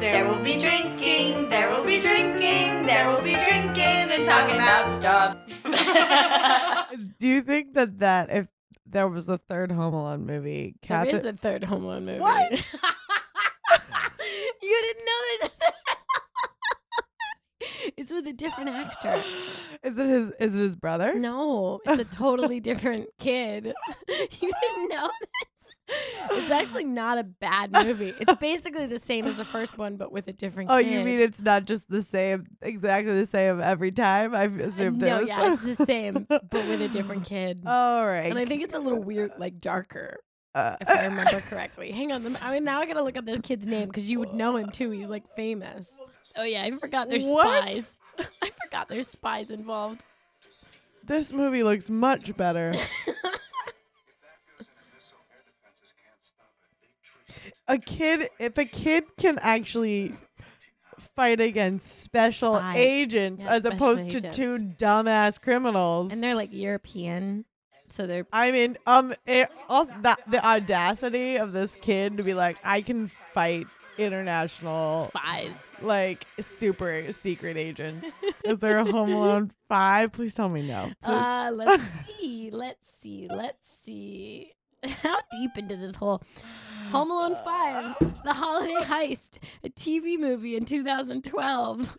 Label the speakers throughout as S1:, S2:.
S1: There will be drinking, there will be drinking, there will be drinking and talking about stuff.
S2: Do you think that that if there was a third Home Alone movie,
S3: There
S2: Kathy?
S3: is a third Home Alone movie.
S2: What?
S3: you didn't know there's. it's with a different actor.
S2: Is it his? Is it his brother?
S3: No, it's a totally different kid. You didn't know this. It's actually not a bad movie. It's basically the same as the first one, but with a different.
S2: Oh,
S3: kid.
S2: you mean it's not just the same, exactly the same every time? I assumed there
S3: Uh, No,
S2: was
S3: yeah, it's the same, but with a different kid.
S2: All right.
S3: and I think it's a little weird, like darker,
S2: Uh,
S3: if I remember correctly. Hang on, lem- I mean now I gotta look up this kid's name because you would know him too. He's like famous. Oh yeah, I forgot there's
S2: What?
S3: spies. I forgot there's spies involved.
S2: This movie looks much better. a kid, if a kid can actually fight against special
S3: Spies.
S2: agents
S3: Yeah,
S2: as
S3: special
S2: opposed to two dumbass criminals.
S3: And they're like European, so they're
S2: I mean, um, it also that the audacity of this kid to be like, I can fight international,
S3: spies.
S2: like super secret agents. Is there a Home Alone five? Please tell me no. Please.
S3: Uh, let's see. Let's see. Let's see. How deep into this hole? Home Alone
S2: Uh,
S3: 5, The Holiday Heist, a TV movie in 2012.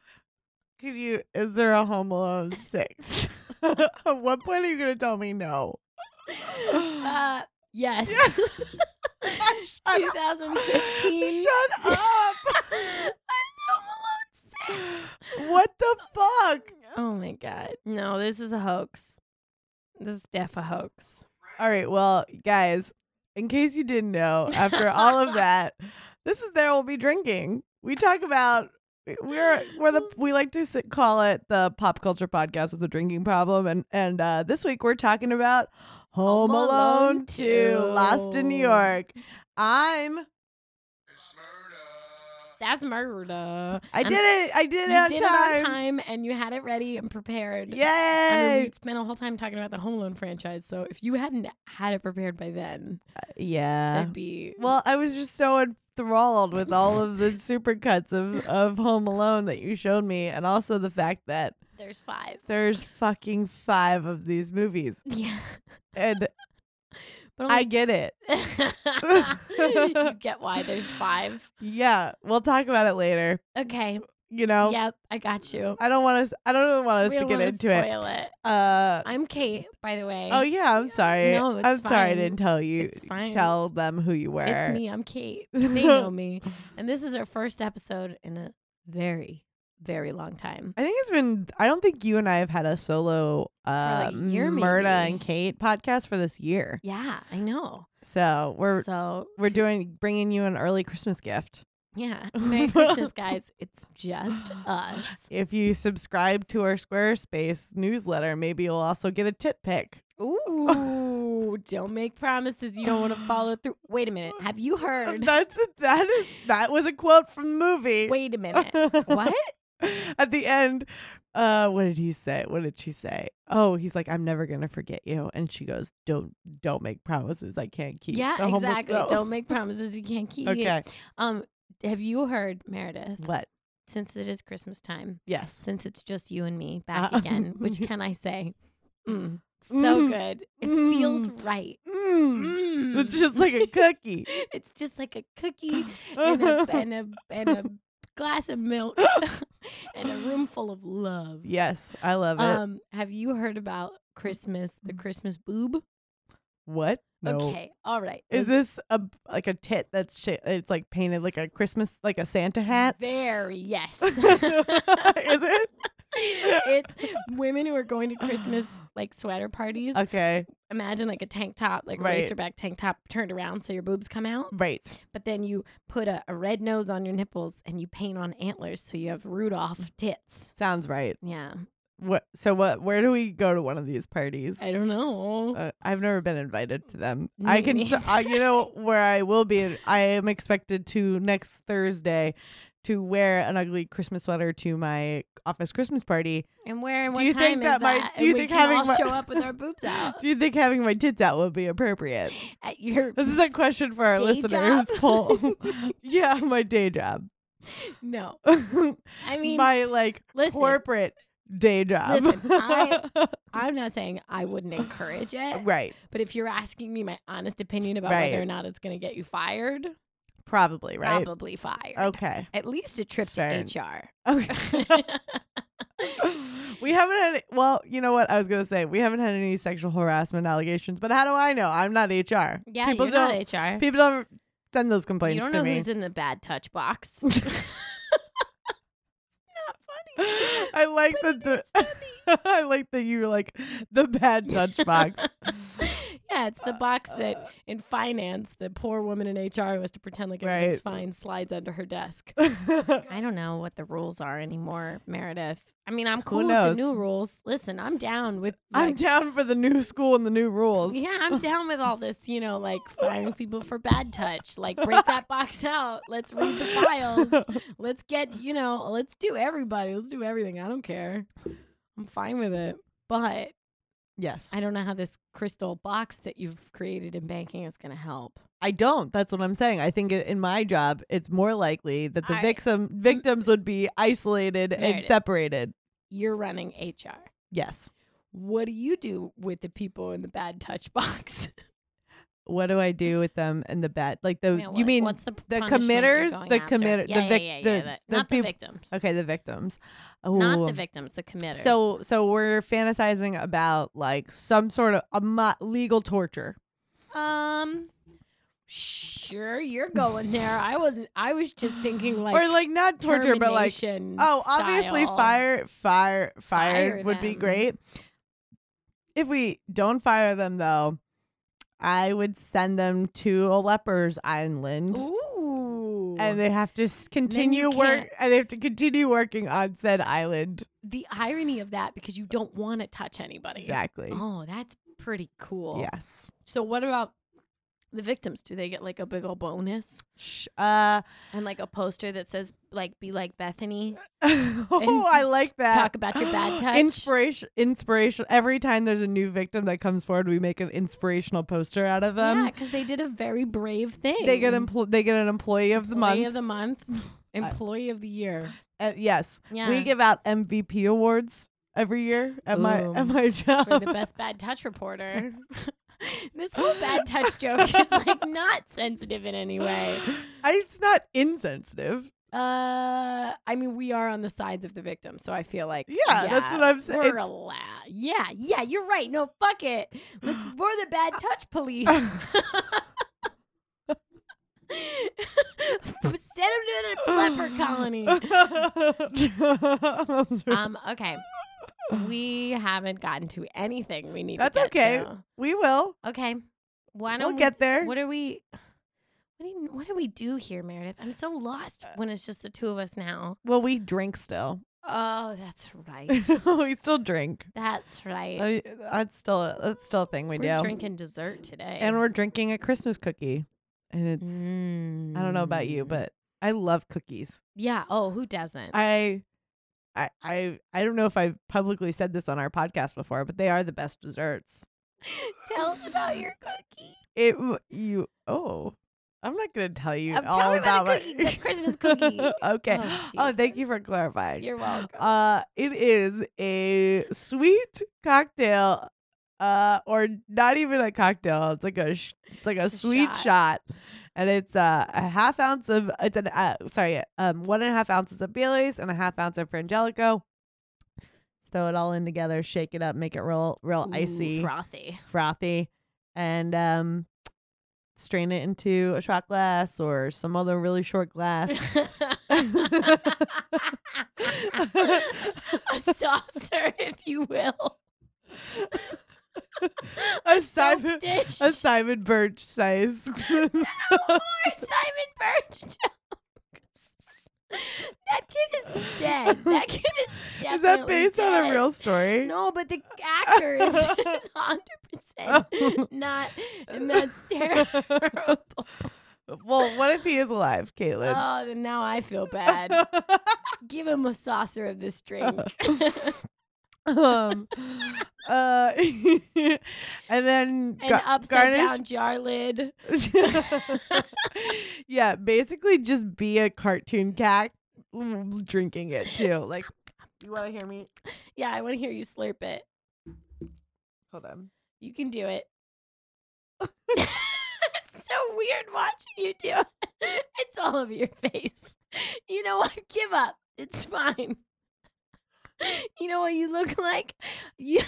S2: Could you? Is there a Home Alone six? At what point are you gonna tell me no?
S3: Uh, yes.
S2: up.
S3: 2015.
S2: Shut up!
S3: I'm Home Alone 6.
S2: what the fuck?
S3: Oh my god. No, this is a hoax. This is def a hoax.
S2: All right, well, guys, in case you didn't know, after all of that, this is there we'll be drinking. We talk about we're we're the we like to sit, call it the pop culture podcast with the drinking problem, and and uh, this week we're talking about Home,
S3: Home
S2: Alone,
S3: Alone
S2: 2, Lost in New
S3: 2.
S2: York. I'm
S3: That's murder.
S2: I did it. I did it
S3: You
S2: on
S3: did
S2: time.
S3: it on time and you had it ready and prepared. I mean,
S2: Yay!
S3: we spent a whole time talking about the Home Alone franchise, so if you hadn't had it prepared by then,
S2: yeah.
S3: that'd be
S2: Well, I was just so enthralled with all of the supercuts of of Home Alone that you showed me, and also the fact that
S3: there's five.
S2: there's fucking five of these movies,
S3: Yeah,
S2: and
S3: but
S2: I get it.
S3: only- you get why there's five.
S2: Yeah, we'll talk about it later.
S3: Okay.
S2: You know,
S3: Yep, I got you.
S2: I don't want us. I don't really want us
S3: We
S2: to
S3: don't
S2: get
S3: wanna
S2: into it.
S3: spoil it.
S2: Uh.
S3: I'm Kate, by the way.
S2: Oh yeah, I'm sorry.
S3: No,
S2: I'm
S3: it's
S2: sorry I
S3: fine.
S2: didn't tell you.
S3: It's fine.
S2: Tell them who you were.
S3: It's me. I'm Kate. They know me. And this is our first episode in a very, very long time.
S2: I think it's been. I don't think you and I have had a solo uh,
S3: like, a year,
S2: Myrna
S3: maybe.
S2: and Kate podcast for this year.
S3: Yeah, I know.
S2: So we're
S3: so
S2: we're
S3: t-
S2: doing bringing you an early Christmas gift.
S3: yeah. Merry Christmas, guys. It's just us.
S2: If you subscribe to our Squarespace newsletter, maybe you'll also get a tit pick.
S3: Ooh, don't make promises you don't want to follow through. Wait a minute. Have you heard?
S2: That's that is that was a quote from the movie.
S3: Wait a minute. What?
S2: At the end, uh, what did he say? What did she say? Oh, he's like, I'm never gonna forget you, and she goes, Don't don't make promises I can't keep. The
S3: Yeah,
S2: homeless-
S3: exactly.
S2: oh.
S3: Don't make promises you can't keep.
S2: Okay.
S3: Um, have you heard, Meredith?
S2: What?
S3: Since it is Christmas time,
S2: Yes.
S3: since it's just you and me back
S2: Uh,
S3: again, which can I say? Mm, so
S2: Mm,
S3: good. It
S2: mm.
S3: feels right.
S2: Mm.
S3: Mm.
S2: It's just like a cookie.
S3: It's just like a cookie and a, and a, and a glass of milk and a room full of love.
S2: yes, I love it.
S3: Um, have you heard about Christmas, the Christmas boob?
S2: what? No.
S3: Okay. All right.
S2: Is this a like a tit that's sh- it's like painted like a Christmas like a Santa hat?
S3: Very, yes.
S2: Is it?
S3: it's women who are going to Christmas like sweater parties.
S2: Okay.
S3: imagine like a tank top, like
S2: Right. Mm.
S3: a racerback tank top turned around so your boobs come out.
S2: Right.
S3: But then you put a, a red nose on your nipples and you paint on antlers so you have Rudolph tits.
S2: Sounds right.
S3: Yeah.
S2: What so what where do we go to one of these parties?
S3: I don't know.
S2: uh, I've never been invited to them. I
S3: Me
S2: can s- I, you know where I will be I am expected to next Thursday to wear an ugly Christmas sweater to my office Christmas party.
S3: and where and
S2: do
S3: what
S2: you
S3: time
S2: think
S3: is
S2: that
S3: that?
S2: my- do
S3: and
S2: you
S3: we
S2: think
S3: can
S2: having
S3: all
S2: my-
S3: show up with our boobs out
S2: Do you think having my tits out would be appropriate?
S3: at your
S2: This is a question for our
S3: Day
S2: listeners
S3: job?
S2: poll. yeah, my day job.
S3: No. I mean,
S2: my like
S3: listen,
S2: corporate day job.
S3: Listen, I- I'm not saying I wouldn't encourage it,
S2: right.
S3: but if you're asking me my honest opinion about
S2: Uh, Right.
S3: whether or not it's going to get you fired,
S2: Probably, right?
S3: probably fired.
S2: Okay.
S3: At least a trip
S2: Fair.
S3: to HR.
S2: Okay. we haven't had any, well, you know what I was gonna say. We haven't had any sexual harassment allegations, but how do I know? I'm not HR.
S3: yeah,
S2: people
S3: you're
S2: don't
S3: not HR.
S2: people don't send those complaints
S3: You don't
S2: to
S3: know
S2: me.
S3: who's in the bad touch box. it's not funny.
S2: I like that
S3: But
S2: the
S3: it
S2: I like that you were like the bad touch box.
S3: yeah, it's the box that in finance, the poor woman in HR who has to pretend like everything's
S2: Right.
S3: fine slides under her desk.
S2: Who
S3: I don't know what the rules are anymore, Meredith. I mean, I'm cool
S2: knows?
S3: with the new rules. Listen, I'm down with.
S2: I'm
S3: like,
S2: down for the new school and the new rules.
S3: yeah, I'm down with all this, you know, like firing people for bad touch. Like, break that box out. Let's read the files. Let's get, you know, let's do everybody. Let's do everything. I don't care. I'm fine with it. But
S2: yes.
S3: I don't know how this crystal box that you've created in banking is going to help.
S2: I don't. That's what I'm saying. I think i- in my job, it's more likely that the
S3: All right.
S2: victim victims would be isolated
S3: There it
S2: and
S3: is.
S2: separated.
S3: You're running HR.
S2: Yes.
S3: What do you do with the people in the bad touch box?
S2: What do I do with them and the bad? Like the
S3: Yeah,
S2: you
S3: what-
S2: mean
S3: what's the,
S2: the
S3: punishment you're
S2: committers,
S3: going
S2: the
S3: after?
S2: committer-
S3: yeah,
S2: the
S3: yeah,
S2: vic-
S3: yeah, yeah,
S2: the- the
S3: not
S2: peop-
S3: the victims,
S2: okay the victims?
S3: not the
S2: Ooh.
S3: victims, the committers.
S2: So so we're fantasizing about like some sort of a mo- legal torture.
S3: um, sure, you're going there. I wasn't. I was just thinking like
S2: or like not torture but like
S3: termination
S2: Oh, obviously,
S3: style.
S2: fire, fire, fire,
S3: Fire
S2: would be
S3: them.
S2: great. If we don't fire them, though, I would send them to a leper's island,
S3: Ooh,
S2: and they have to s- continue
S3: you
S2: work,
S3: can't-
S2: and they have to continue working on said island.
S3: the irony of that because you don't want to touch anybody.
S2: Exactly.
S3: Oh, that's pretty cool.
S2: Yes.
S3: So what about the victims? Do they get like a big ol' bonus
S2: Sh- Uh,
S3: and like a poster that says like "Be like Bethany"?
S2: oh, I like that.
S3: talk about your bad touch.
S2: Inspiration, inspiration. Every time there's a new victim that comes forward, we make an inspirational poster out of them.
S3: yeah, because they did a very brave thing.
S2: um, They get empl- they get an employee of the month.
S3: Employee of the month, employee of the year.
S2: Uh, yes,
S3: Yeah,
S2: we give out MVP awards every year at
S3: Ooh.
S2: my at my job.
S3: for the best bad touch reporter. this whole bad touch joke is like not sensitive in any way.
S2: I, it's not insensitive.
S3: Uh, I mean, we are on the sides of the victim, so I feel like
S2: Yeah, that's what I'm saying.
S3: We're
S2: It's-
S3: allowed. Yeah, yeah, you're right. No, fuck it. Let's, we're the bad touch police. Send them to the leper colony.
S2: That's right.
S3: Um, okay. We haven't gotten to anything we need
S2: That's
S3: to get
S2: okay.
S3: to.
S2: we will.
S3: Okay. Why don't
S2: We'll
S3: we
S2: get there.
S3: What are we? What do you, what do we do here, Meredith? I'm so lost
S2: Uh
S3: when it's just the two of us now.
S2: well, we drink still.
S3: Oh, that's right.
S2: we still drink.
S3: that's right.
S2: I, that's still a, that's still a thing we
S3: we're
S2: do.
S3: drinking dessert today,
S2: And we're drinking a Christmas cookie, and it's I don't know about you,
S3: Mm.
S2: but I love cookies.
S3: yeah. Oh, who doesn't?
S2: I. I, I I don't know if I've publicly said this on our podcast before, but they are the best desserts.
S3: Tell us about your cookie.
S2: It w- you oh, I'm not gonna tell you
S3: Um, tell
S2: all
S3: me about the
S2: about
S3: cookie-
S2: my
S3: the Christmas cookie.
S2: okay.
S3: Oh,
S2: Oh, thank you for clarifying.
S3: You're welcome.
S2: uh, it is a sweet cocktail, uh, or not even a cocktail. It's like a sh- it's like a
S3: It's a
S2: sweet
S3: shot.
S2: shot. And it's uh, a half ounce of it's an uh, sorry um one and a half ounces of Bailey's and a half ounce of Frangelico. Throw it all in together, shake it up, make it real real
S3: Ooh,
S2: icy
S3: frothy.
S2: frothy and um strain it into a shot glass or some other really short glass.
S3: a saucer, if you will.
S2: a
S3: Soap
S2: Simon
S3: dish.
S2: a Simon Birch size.
S3: more Simon Birch jokes. That kid is dead. That kid is definitely
S2: is that based on
S3: dead.
S2: a real story?
S3: No, but the actor is is hundred percent not, and that's terrible.
S2: well, what if he is alive, Caitlin?
S3: Oh, then Oh, now I feel bad. Give him a saucer of this drink.
S2: um, uh, and then
S3: An
S2: gar-
S3: upside
S2: garnish-
S3: down jar lid.
S2: yeah, basically just be a cartoon cat mm, drinking it too. Like, you want to hear me?
S3: Yeah, I want to hear you slurp it.
S2: Hold on.
S3: You can do it. it's so weird watching you do it. It's all over your face. You know what? Give up. It's fine. You know what you look like? You,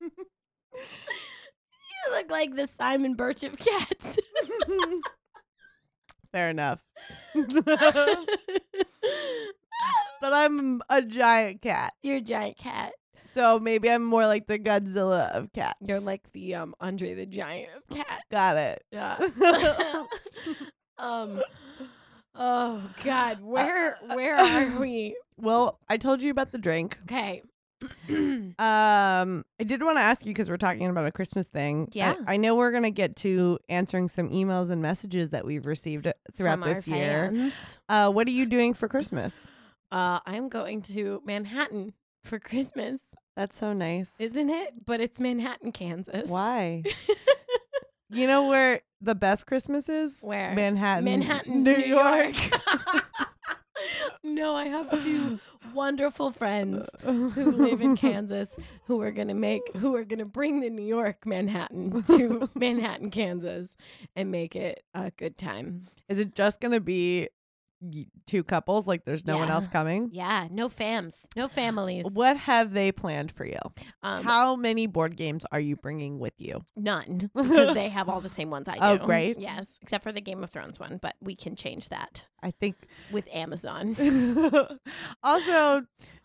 S3: you look like the Simon Birch of cats.
S2: Fair enough.
S3: You're
S2: but I'm a giant cat,
S3: a giant cat.
S2: so maybe I'm more like the Godzilla of cats.
S3: You're like the um Andre the Giant of cats.
S2: got it.
S3: Yeah. um oh
S2: Uh,
S3: god, where where are we?
S2: Well, I told you about the drink.
S3: Okay.
S2: Um, I did want to ask you because we're talking about a Christmas thing. I-
S3: Yeah.
S2: I, know we're gonna get to answering some emails and messages that we've received uh, throughout
S3: From
S2: this
S3: our
S2: year.
S3: fans.
S2: Uh, what are you doing for Christmas?
S3: Uh I'm going to Manhattan for Christmas,
S2: That's so nice.
S3: isn't it? But it's Manhattan, Kansas.
S2: Why? you know where the best Christmas is?
S3: Where?
S2: Manhattan,
S3: Manhattan, New, York. no, I have two wonderful friends who live in Kansas who are going to make who are going to bring the New York Manhattan to Manhattan, Kansas and make it a good time.
S2: Is it just gonna be y- two couples? Like there's no one
S3: Yeah.
S2: else coming?
S3: Yeah, no fams, no families.
S2: What have they planned for you?
S3: Um,
S2: How many board games are you bringing with you?
S3: none because they have all the same ones I
S2: Oh,
S3: do.
S2: great.
S3: Yes, except for the Game of Thrones one, but we can change that
S2: I think.
S3: with Amazon.
S2: also,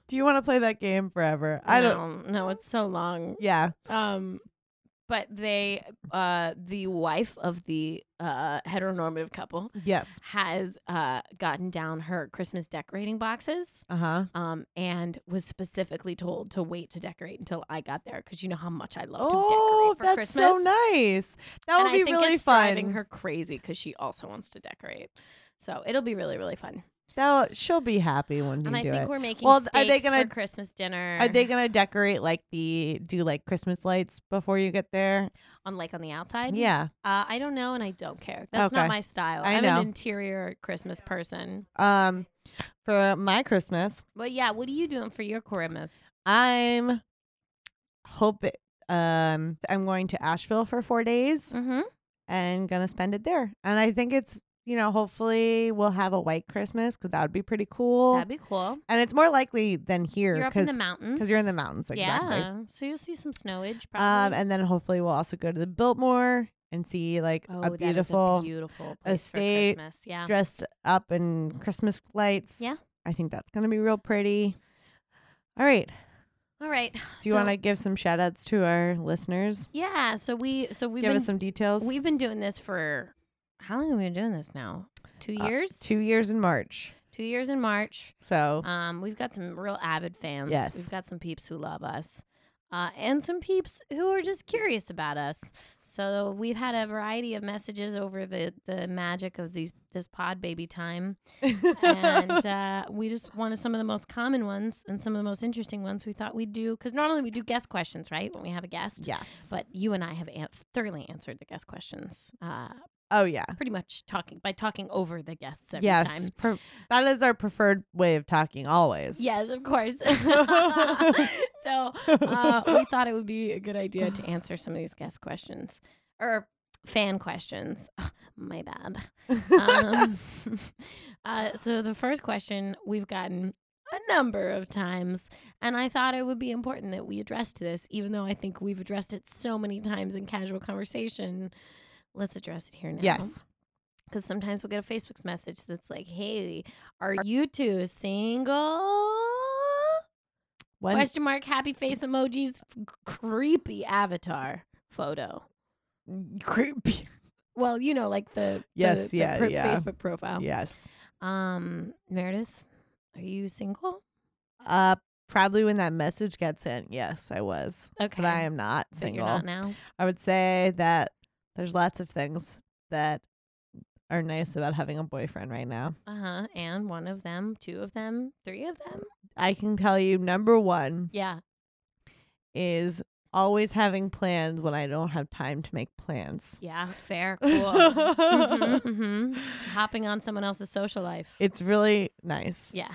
S2: do you want to play that game forever? I don't.
S3: No, no, it's so long.
S2: Yeah.
S3: Um, but they, uh, the wife of the uh, heteronormative couple
S2: Yes.
S3: has uh, gotten down her Christmas decorating boxes
S2: Uh huh.
S3: um, and was specifically told to wait to decorate until I got there because you know how much I love
S2: Oh,
S3: to decorate for
S2: that's
S3: Christmas.
S2: so nice. That
S3: and
S2: would be
S3: I think
S2: really
S3: it's driving
S2: fun.
S3: her crazy because she also wants to decorate. So it'll be really, really fun.
S2: That she'll be happy when you
S3: and I
S2: do
S3: think
S2: it.
S3: we're making
S2: Well,
S3: well,
S2: th- are they gonna-
S3: for Christmas dinner.
S2: Are they gonna decorate like the do like Christmas lights before you get there?
S3: on like on the outside?
S2: Yeah.
S3: Uh, I don't know, and I don't care. That's
S2: Okay.
S3: not my style.
S2: I
S3: I'm
S2: know.
S3: an interior Christmas person.
S2: Um, for my Christmas,
S3: But yeah, what are you doing for your Christmas?
S2: I'm hope it, um I'm going to Asheville for four days
S3: Mm-hmm.
S2: and gonna spend it there. And I think it's you know hopefully we'll have a white Christmas because that would be pretty cool.
S3: That'd be cool.
S2: and it's more likely than
S3: You're
S2: here
S3: up in the
S2: because
S3: mountains
S2: you're in the mountains exactly.
S3: Yeah, so you'll see some snowage.
S2: Um,
S3: Probably.
S2: and then hopefully we'll also go to the Biltmore and see like
S3: oh,
S2: a
S3: that is
S2: beautiful
S3: a beautiful place
S2: estate,
S3: for Christmas. Yeah,
S2: dressed up in Christmas lights.
S3: Yeah.
S2: I think that's gonna be real pretty. All right.
S3: All right.
S2: Do you
S3: so-
S2: want to give some shout outs to our listeners?
S3: Yeah. So we. So we've
S2: give
S3: been.
S2: us some details.
S3: We've been doing this for how long have we been doing this now? Two
S2: Uh,
S3: years.
S2: Two years in March.
S3: Two years in March.
S2: So
S3: Um, we've got some real avid fans.
S2: Yes.
S3: We've got some peeps who love us. Uh, and some peeps who are just curious about us. So we've had a variety of messages over the, the magic of these this pod baby time. And uh, we just wanted some of the most common ones and some of the most interesting ones we thought we'd do. Because normally we do guest questions, right? When we have a guest.
S2: yes.
S3: But you and I have an- thoroughly answered the guest questions, uh,
S2: Oh yeah.
S3: pretty much talking by talking over the guests every
S2: yes.
S3: time.
S2: Pre- that is our preferred way of talking always.
S3: Yes, of course. so uh, we thought it would be a good idea to answer some of these guest questions or fan questions. Ugh, my bad. Um, uh, so the first question we've gotten a number of times, and I thought it would be important that we addressed this, even though I think we've addressed it so many times in casual conversation. Let's address it here now
S2: yes.
S3: because sometimes we'll get a Facebook message that's like, "Hey, are you two single?"
S2: When-
S3: Question mark, happy face emojis, f- creepy avatar photo.
S2: creepy.
S3: Well, you know, like the
S2: Yes,
S3: the- the
S2: yeah,
S3: pro-
S2: yeah.
S3: Facebook profile.
S2: Yes.
S3: Um, Meredith, are you single?
S2: Uh, probably when that message got sent. Yes, I was,
S3: Okay,
S2: but I am not
S3: So
S2: single.
S3: You're not now.
S2: I would say that there's lots of things that are
S3: Uh-huh,
S2: nice about having a boyfriend right now.
S3: Uh huh. And one of them, two of them, three of them.
S2: I can tell you number one
S3: Yeah.
S2: is always having plans when I don't have time to make plans.
S3: Yeah. Fair. Cool. Mhm, mhm. Hopping on someone else's social life.
S2: It's really nice.
S3: yeah.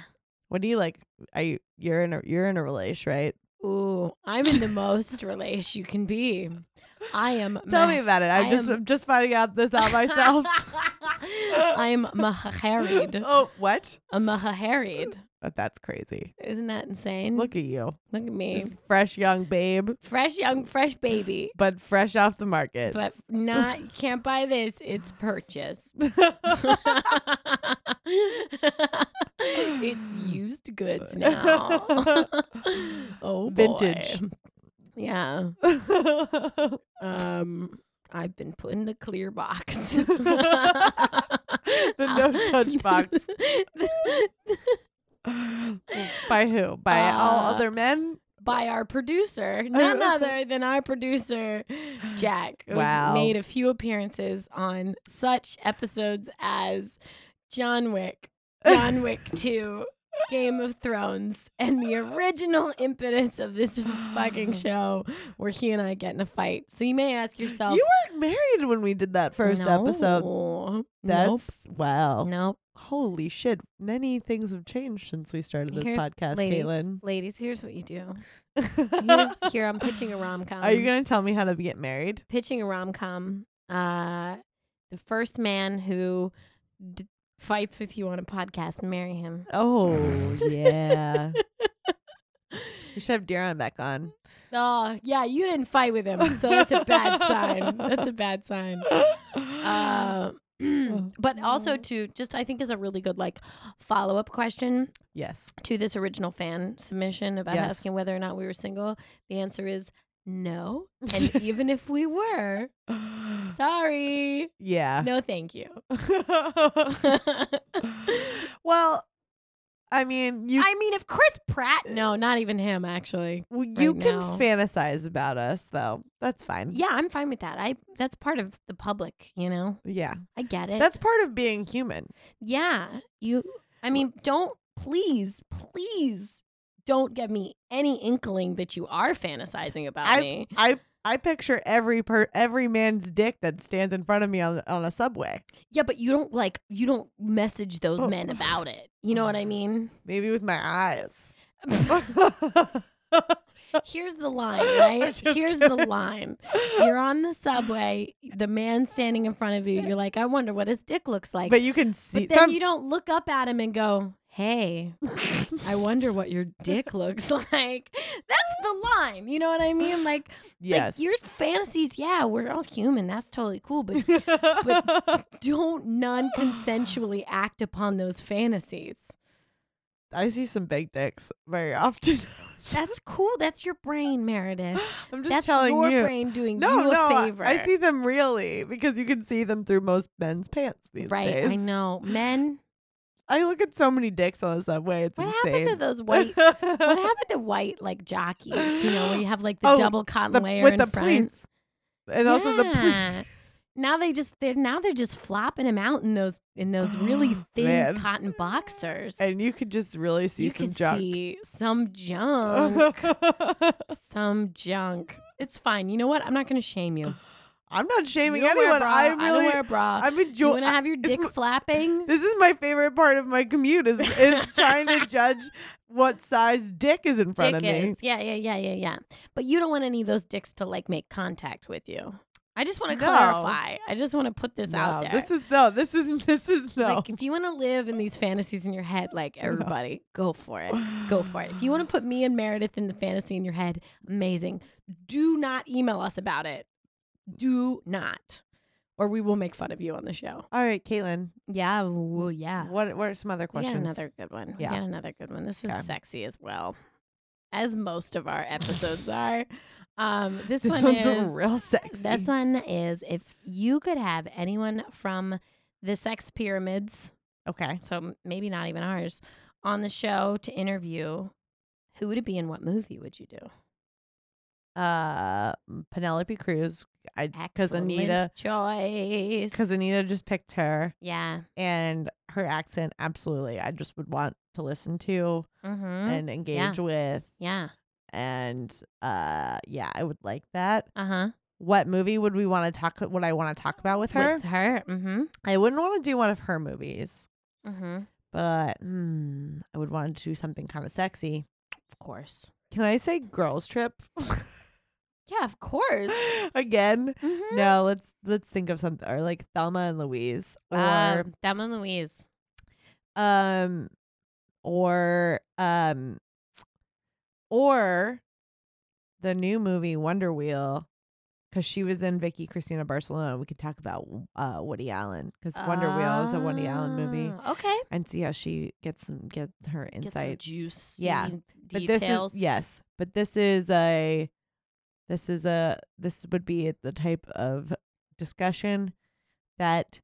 S2: What do you like? Are you you're in a you're in a relation, right?
S3: Ooh, I'm in the most relation you can be. I am.
S2: Tell
S3: ma-
S2: me about it. I'm
S3: I
S2: just
S3: am-
S2: I'm just finding out this out myself.
S3: I'm maharried.
S2: oh, what?
S3: A maharried.
S2: But that's crazy.
S3: Isn't that insane?
S2: Look at you,
S3: Look at me.
S2: fresh young babe,
S3: Fresh young, fresh baby.
S2: but fresh off the market.
S3: But not can't buy this. It's purchased. it's used goods now. oh, boy.
S2: Vintage.
S3: Yeah. Um, I've been put in the clear box.
S2: The no-touch box. By who? By all
S3: Uh,
S2: other men?
S3: By our producer, none other than our producer, Jack, who's
S2: Wow.
S3: made a few appearances on such episodes as John Wick, John Wick 2, Game of Thrones, and the original impetus of this fucking show where he and I get in a fight. So you may ask yourself,
S2: You weren't married when we did that first episode.
S3: "No. nope.
S2: That's wow.
S3: Nope.
S2: Holy shit. Many things have changed since we started this
S3: Here's-
S2: podcast,
S3: ladies,
S2: Caitlin.
S3: ladies, here's what you do. Here's, here, I'm pitching a rom com.
S2: Are you going to tell me how to get married?
S3: pitching a rom com? Uh, the first man who d- fights with you on a podcast, marry him.
S2: Oh, yeah. we should have Darren back on.
S3: Oh, yeah, you didn't fight with him, so that's a bad sign. That's a bad sign. Uh, but also to just I think is a really good like follow up question
S2: yes.
S3: to this original fan submission about
S2: Yes.
S3: asking whether or not we were single. The answer is no. And even if we were, sorry.
S2: Yeah.
S3: No, thank you.
S2: well, I mean, you
S3: I mean, if Chris Pratt, no, not even him, actually.
S2: Well, you can
S3: now.
S2: fantasize about us, though. That's fine.
S3: Yeah, I'm fine with that. I that's part of the public, you know.
S2: Yeah.
S3: I get it.
S2: That's part of being human.
S3: yeah. You, I mean, don't please, please don't give me any inkling that you are fantasizing about me.
S2: I I picture every per, every man's dick that stands in front of me on on a subway.
S3: Yeah, but you don't like you don't message those
S2: Oh.
S3: men about it. You know what I mean?
S2: Maybe with my eyes.
S3: Here's the line, right?
S2: Just
S3: Here's the
S2: kidding.
S3: line. You're on the subway, the man standing in front of you, you're like, I wonder what his dick looks like.
S2: but you can
S3: But
S2: see
S3: then
S2: some
S3: you don't look up at him and go, Hey, I wonder what your dick looks like. That's the line. You know what I mean? Like,
S2: yes.
S3: like your fantasies, yeah, we're all human. That's totally cool. But don't non consensually act upon those fantasies.
S2: I see some big dicks very often.
S3: That's cool. That's your brain, Meredith.
S2: I'm just
S3: That's
S2: telling
S3: your
S2: you.
S3: brain doing
S2: No,
S3: you a
S2: no, I-
S3: favor.
S2: I see them really because you can see them through most men's pants these
S3: Right,
S2: days.
S3: I know. Men,
S2: I look at so many dicks on the subway. It's
S3: what
S2: insane.
S3: happened to those white? what happened to white like jockeys? You know, where you have like the
S2: Oh,
S3: double cotton
S2: The-
S3: layer
S2: with
S3: in
S2: the
S3: front.
S2: pleats, and also the pleats.
S3: Yeah. Now they just they're now they're just flopping them out in those in those really
S2: Oh,
S3: thin
S2: Man.
S3: cotton boxers.
S2: and you could just really see
S3: you
S2: some
S3: could
S2: junk.
S3: see some junk, some junk. It's fine. You know what? I'm not going to shame you.
S2: I'm not
S3: You
S2: shaming
S3: don't wear a
S2: anyone.
S3: bra.
S2: I'm
S3: I don't
S2: really,
S3: wear a bra.
S2: I'm
S3: you want
S2: enjoying.
S3: to have your dick
S2: m-
S3: flapping?
S2: This is my favorite part of my commute is is trying to judge what size dick is in front of
S3: dick
S2: me.
S3: is. Yeah, yeah, yeah, yeah, yeah. But you don't want any of those dicks to like make contact with you. I just want to
S2: No.
S3: clarify. I just want to put this out
S2: No,
S3: there.
S2: This is no. This is this is no.
S3: Like if you want to live in these fantasies in your head, like everybody, go for it. Go for it. If you want to put me and Meredith in the fantasy in your head, amazing. Do not email us about it. Do not. Or we will make fun of you on the show.
S2: All right, Caitlin.
S3: Yeah, well, yeah.
S2: What what are some other
S3: Ah. We got
S2: questions?
S3: another good one.
S2: Yeah.
S3: We got another good one. This is
S2: Okay.
S3: sexy as well, as most of our episodes are. Um, this,
S2: this
S3: one
S2: one's
S3: is
S2: real sexy.
S3: this one is if you could have anyone from the sex pyramids,
S2: Okay.
S3: so m- maybe not even ours, on the show to interview, who would it be and what movie would you do?
S2: uh Penelope Cruz. I because
S3: Excellent
S2: Anita
S3: choice.
S2: because Anita just picked her
S3: yeah.
S2: and her accent. Absolutely, I just would want to listen to
S3: Mm-hmm.
S2: and engage with.
S3: yeah.
S2: And uh, yeah, I would like that.
S3: Uh huh.
S2: What movie would we want to talk? Would I want to talk about with her?
S3: With her. Mm-hmm.
S2: I wouldn't want to do one of her movies,
S3: Mm-hmm.
S2: but hmm, I would want to do something kind of sexy.
S3: Of course.
S2: Can I say Girls Trip
S3: Yeah, of course.
S2: again?
S3: Mm-hmm.
S2: No, let's let's think of something or like Thelma and Louise or
S3: Um, Thelma and Louise.
S2: um or um or the new movie Wonder Wheel because she was in Vicky Cristina Barcelona. We could talk about uh, Woody Allen because Wonder Wheel is a Woody Allen movie
S3: Oh, Okay.
S2: and see how she Ah. gets some get her
S3: Get some
S2: insight.
S3: juice.
S2: Yeah. but this
S3: Details.
S2: is yes, but this is a this is a this would be the type of discussion that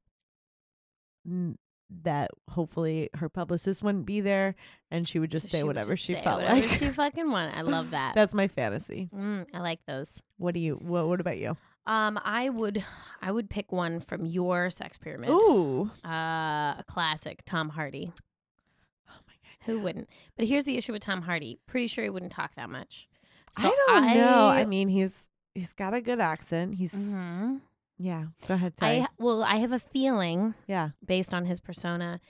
S2: n- that hopefully her publicist wouldn't be there and she would just
S3: So
S2: say
S3: would
S2: whatever
S3: just
S2: she
S3: say
S2: felt
S3: whatever
S2: like.
S3: she fucking wanted. I love that.
S2: That's my fantasy.
S3: mm, I like those.
S2: What do you what what about you?
S3: Um, I would, I would pick one from your sex pyramid.
S2: Ooh.
S3: Uh, a classic, Tom Hardy.
S2: Oh my god.
S3: Who wouldn't? But here's the issue with Tom Hardy. Pretty sure he wouldn't talk that much. So
S2: I don't know. I mean, he's he's got a good accent. He's
S3: Mhm.
S2: yeah. Go ahead. Sorry.
S3: I well, I have a feeling
S2: yeah.
S3: based on his persona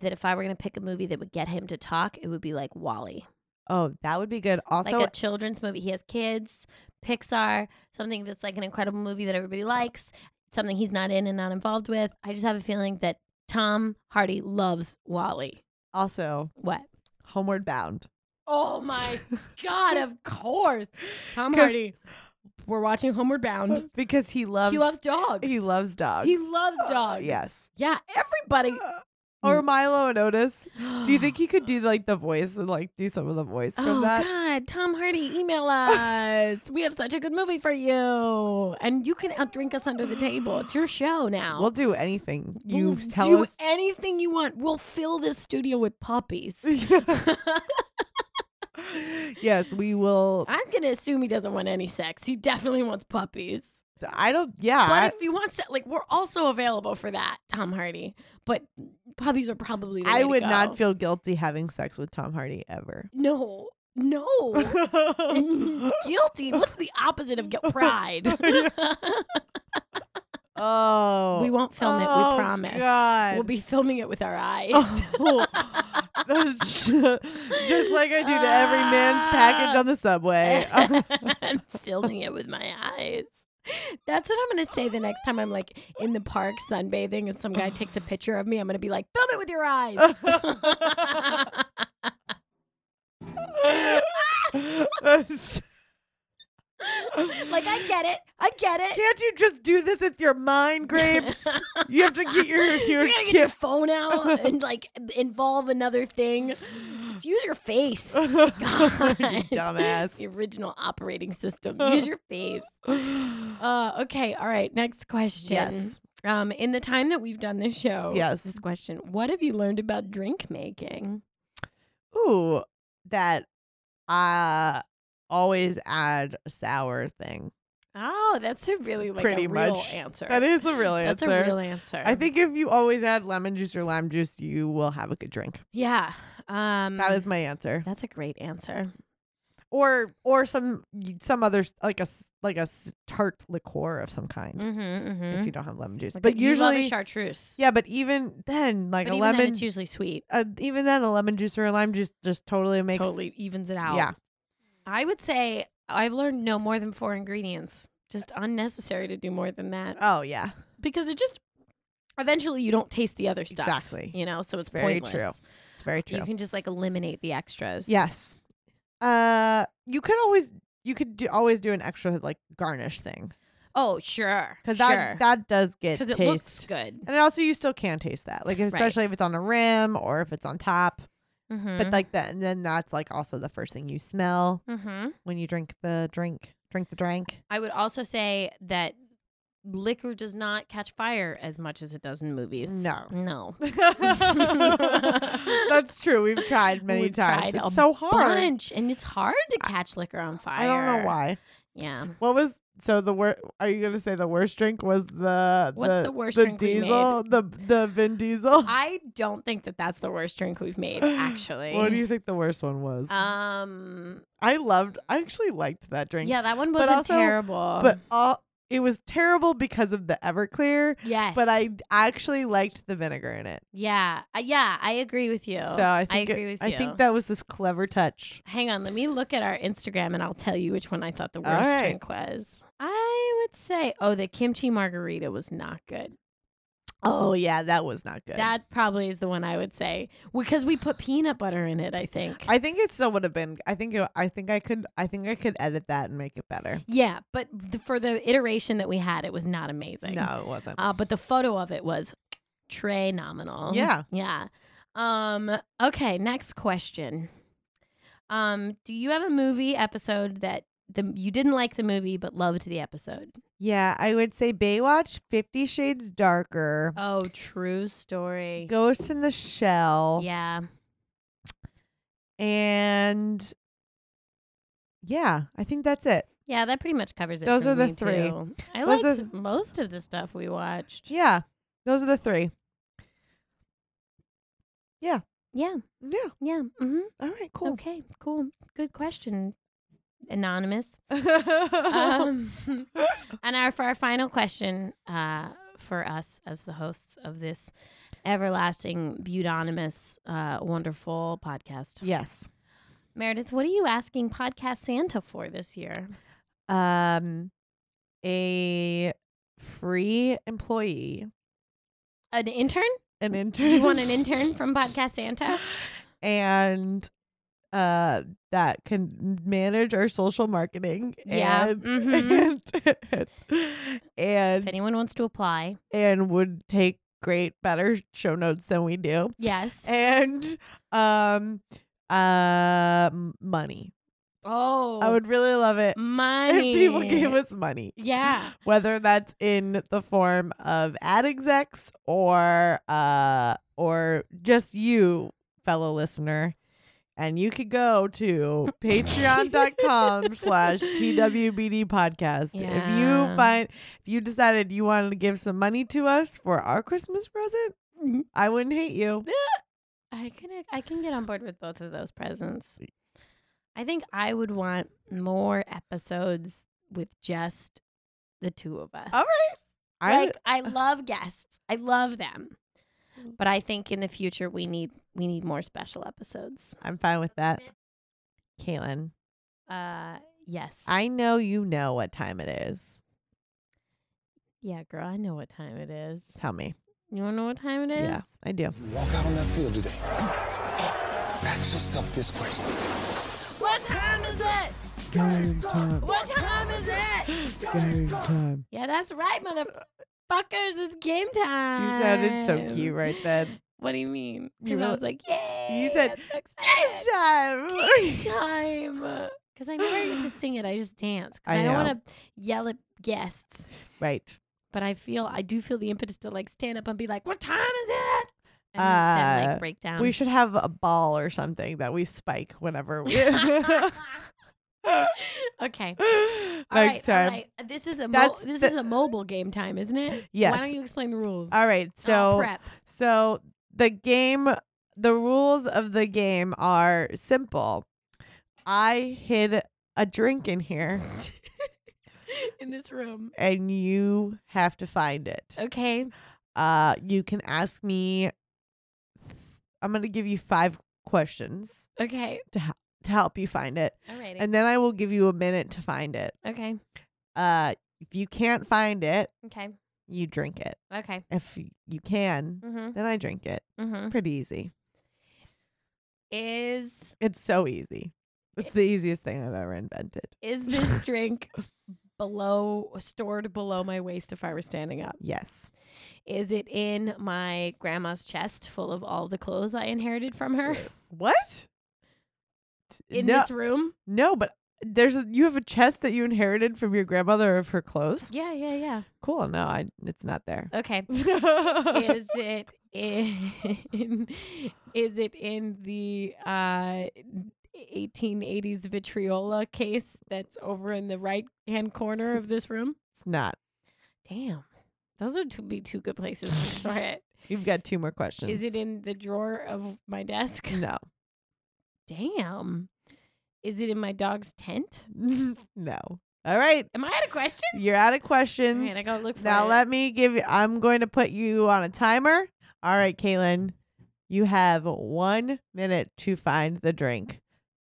S3: that if I were going to pick a movie that would get him to talk, it would be like Wally,
S2: Oh, that would be good. Also,
S3: like a children's movie. He has kids, Pixar, something that's like an incredible movie that everybody likes, something he's not in and not involved with. I just have a feeling that Tom Hardy loves Wally.
S2: also
S3: What?
S2: Homeward Bound.
S3: Oh my god! Of course, Tom
S2: 'Cause-
S3: Hardy. We're watching Homeward Bound.
S2: because he loves
S3: he loves dogs.
S2: he loves dogs.
S3: He loves dogs.
S2: yes.
S3: Yeah. Everybody.
S2: Or Milo and Otis. Do you think he could do like the voice and like do some of the voice from
S3: Oh
S2: that?
S3: God, Tom Hardy, email us. we have such a good movie for you, and you can outdrink us under the table. It's your show now.
S2: We'll do anything. You
S3: We'll
S2: tell
S3: do
S2: us.
S3: anything you want. We'll fill this studio with puppies.
S2: yes, we will.
S3: I'm gonna assume he doesn't want any sex. He definitely wants puppies.
S2: I don't. Yeah.
S3: But
S2: I-
S3: if he wants to, like, we're also available for that, Tom Hardy. But puppies are probably. The way
S2: I
S3: to
S2: would not
S3: go.
S2: feel guilty having sex with Tom Hardy ever. Oh.
S3: No, no. Guilty. What's the opposite of gu- pride?
S2: oh.
S3: We won't film it, we
S2: Oh,
S3: promise.
S2: God.
S3: We'll be filming it with our eyes.
S2: Oh. That's ju- Just like I do to every man's package on the subway.
S3: I'm filming it with my eyes. That's what I'm going to say the next time I'm like in the park sunbathing and some guy takes a picture of me. I'm going to be like, film it with your eyes. like, I get it. I get it.
S2: Can't you just do this with your mind, grapes? You have to get your your,
S3: You're going to get your
S2: gift.
S3: phone out and like involve another thing. Just use your face.
S2: You
S3: The
S2: dumbass.
S3: original operating system. Use your face. Uh, okay. All right. Next question.
S2: Yes.
S3: Um, in the time that we've done this show,
S2: Yes.
S3: This question: What have you learned about drink making?
S2: Ooh, that uh always add a sour thing.
S3: Oh, that's a really like
S2: Pretty
S3: a real
S2: much.
S3: answer.
S2: That is a real
S3: That's
S2: answer.
S3: a real answer.
S2: I think if you always add lemon juice or lime juice, you will have a good drink.
S3: Yeah. Um,
S2: That is my answer.
S3: That's a great answer.
S2: Or or some some other s- like a s- like a s- tart liqueur of some kind.
S3: Mm-hmm.
S2: if you don't have lemon juice.
S3: but
S2: but usually,
S3: you love a chartreuse.
S2: yeah. But even then, like
S3: But
S2: a
S3: even then,
S2: lemon,
S3: it's usually sweet.
S2: uh, even then, a lemon juice or a lime juice just totally makes
S3: Totally evens it out.
S2: Yeah,
S3: I would say I've learned no more than four ingredients. Just unnecessary to do more than that.
S2: oh yeah,
S3: because it just eventually you don't taste the other stuff.
S2: Exactly.
S3: You know, so it's
S2: Very true.
S3: pointless.
S2: it's very true.
S3: You can just like eliminate the extras.
S2: yes, uh, you could always you could do, always do an extra like garnish thing
S3: Oh, sure.
S2: because
S3: sure.
S2: that that does get
S3: because
S2: taste.
S3: it looks good.
S2: and also, you still can taste that, like especially if it's on the rim or if it's on top. But like that, and then that's like also the first thing you smell
S3: mm-hmm.
S2: when you drink the drink, drink the drink.
S3: I would also say that liquor does not catch fire as much as it does in movies.
S2: No.
S3: no.
S2: That's true. We've tried many
S3: We've
S2: times.
S3: tried
S2: it's
S3: a
S2: so hard.
S3: Bunch and it's hard to catch liquor on
S2: I
S3: fire.
S2: don't know why.
S3: Yeah.
S2: What was so the worst? Are you gonna say the worst drink was the
S3: What's
S2: the,
S3: the worst
S2: the
S3: drink we made?
S2: diesel the the Vin Diesel?
S3: I don't think that that's the worst drink we've made, actually.
S2: What do you think the worst one was?
S3: Um.
S2: I loved. I actually liked that drink.
S3: Yeah, that one
S2: But
S3: wasn't
S2: also-
S3: terrible.
S2: but all it was terrible because of the Everclear.
S3: yes,
S2: But I actually liked the vinegar in it.
S3: Yeah, Uh, yeah, I agree with you.
S2: So I think it-
S3: agree with
S2: I
S3: you.
S2: think that was this clever touch.
S3: Hang on, let me look at our Instagram and I'll tell you which one I thought the
S2: All
S3: worst
S2: right.
S3: drink was. I would say, oh, the kimchi margarita was not good.
S2: Oh yeah, that was not good.
S3: That probably is the one I would say because we put peanut butter in it. I think.
S2: I think it still would have been. I think. It, I think I could. I think I could edit that and make it better.
S3: yeah, but the, for the iteration that we had, it was not amazing.
S2: No, it wasn't.
S3: Uh, but the photo of it was tray nominal.
S2: Yeah.
S3: Yeah. Um, okay, next question. Um, do you have a movie episode that the you didn't like the movie but loved the episode?
S2: yeah, I would say Baywatch, Fifty Shades Darker,
S3: Oh, true story.
S2: Ghost in the Shell,
S3: Yeah.
S2: and yeah, I think that's it.
S3: Yeah, that pretty much covers it.
S2: Those
S3: for
S2: are the
S3: me,
S2: three.
S3: too. I
S2: Those are
S3: liked most of the stuff we watched.
S2: Yeah, those are the three.
S3: Yeah.
S2: Yeah.
S3: Yeah. hmm
S2: All right. Cool.
S3: Okay. Cool. Good question. Anonymous. um, and our for our final question uh, for us as the hosts of this everlasting, beautonymous, uh, wonderful podcast,
S2: yes.
S3: Meredith, what are you asking Podcast Santa for this year?
S2: Um, a free employee,
S3: An intern?
S2: an intern.
S3: You want an intern from Podcast Santa?
S2: and uh that can manage our social marketing
S3: Yeah,
S2: and
S3: mhm.
S2: and,
S3: If
S2: and,
S3: anyone wants to apply,
S2: and would take great better show notes than we do
S3: yes.
S2: and um uh money
S3: Oh,
S2: i would really love it
S3: money.
S2: if people gave us money
S3: Yeah.
S2: whether that's in the form of ad execs or uh or just you fellow listener and you could go to patreon.com slash twbd podcast if
S3: Yeah.
S2: you find if you decided you wanted to give some money to us for our christmas present
S3: Mhm.
S2: i wouldn't hate you
S3: I can I can get on board with both of those presents. I think I would want more episodes with just the two of us.
S2: All right. I,
S3: Like I love guests. I love them.
S2: Mm.
S3: But I think in the future we need we need more special episodes.
S2: i'm fine with that caitlin
S3: Uh yes.
S2: i know you know what time it is
S3: yeah, girl, I know what time it is.
S2: tell me
S3: You wanna know what time it is?
S2: yeah i do
S4: You walk out on that field today. Ask yourself this question.
S3: What time is it?
S2: game time
S3: What time is it?
S2: game time
S3: Yeah, that's right, motherfuckers. It's game time.
S2: You sounded so cute right then.
S3: What do you mean?
S2: You
S3: Because I
S2: really-
S3: was like, yay!
S2: said,
S3: I'm so excited."
S2: Game time.
S3: time. Because I never get to sing it. I just dance. 'Cause
S2: I
S3: I, don't
S2: know.
S3: want to yell at guests.
S2: right.
S3: But I feel, I do feel the impetus to like stand up and be like, what time is it? And then
S2: Uh,
S3: like break down.
S2: We should have a ball or something that we spike whenever we.
S3: okay.
S2: Next
S3: All right,
S2: time.
S3: All right. Uh, This is a mo-
S2: That's
S3: this
S2: the-
S3: is a mobile game time, isn't it? Why
S2: Yes.
S3: don't you explain the rules?
S2: All right.
S3: And I'll
S2: So
S3: prep.
S2: so the game the rules of the game are simple. I hid a drink in here
S3: in this room.
S2: and you have to find it.
S3: Okay.
S2: Uh you can ask me I'm going to give you 5 questions
S3: Okay.
S2: to help you find it.
S3: All right.
S2: and then I will give you a minute to find it.
S3: okay.
S2: Uh, if you can't find it,
S3: Okay.
S2: you drink it.
S3: Okay.
S2: If y- you can,
S3: Mm-hmm.
S2: then I drink it.
S3: Mm-hmm.
S2: It's pretty easy.
S3: Is
S2: It's so easy. It's the easiest thing I've ever invented.
S3: is this drink below stored below my waist if I were standing up?
S2: Yes.
S3: Is it in my grandma's chest full of all the clothes I inherited from her
S2: What? T-
S3: in
S2: Uh, no,
S3: this room?
S2: no, but there's a, you have a chest that you inherited from your grandmother of her clothes.
S3: Yeah, yeah, yeah.
S2: Cool. No, I, it's not there.
S3: Okay. is it in is it in the uh 1880s vitriola case that's over in the right hand corner of this room.
S2: It's not.
S3: Damn. Those would two- be two good places to store it.
S2: You've got two more questions.
S3: Is it in the drawer of my desk?
S2: No.
S3: Damn. Is it in my dog's tent?
S2: no. All right.
S3: Am I out of questions?
S2: You're out of
S3: All
S2: questions.
S3: right, I gotta look for
S2: Now
S3: it.
S2: let me give you. I'm going to put you on a timer. All right, Caitlin, you have one minute to find the drink.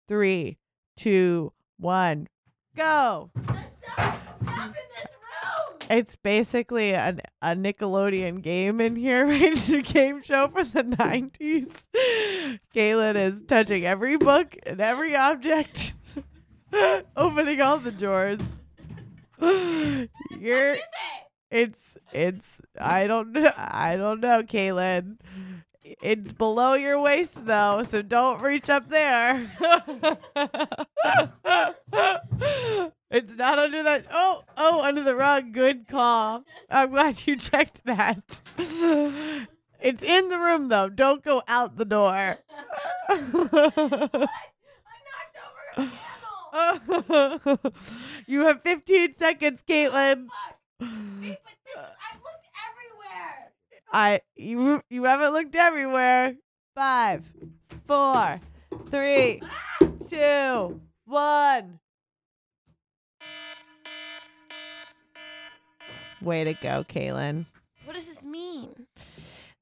S2: Three, two, one, go.
S3: There's so much stuff in this room.
S2: It's basically an, a Nickelodeon game in here, right? It's a game show from the 90s. Caitlin is touching every book and every object, opening all the drawers. You're. It's it's I don't know I don't know, Caitlin. It's below your waist though, so don't reach up there. it's not under that oh oh under the rug. Good call. I'm glad you checked that. It's in the room though. Don't go out the door.
S3: I knocked over a candle.
S2: you have 15 seconds, Caitlin.
S3: Wait, but this I've looked everywhere.
S2: I you you haven't looked everywhere. Five, four, three, two, one. Way to go, Kaylin.
S3: What does this mean?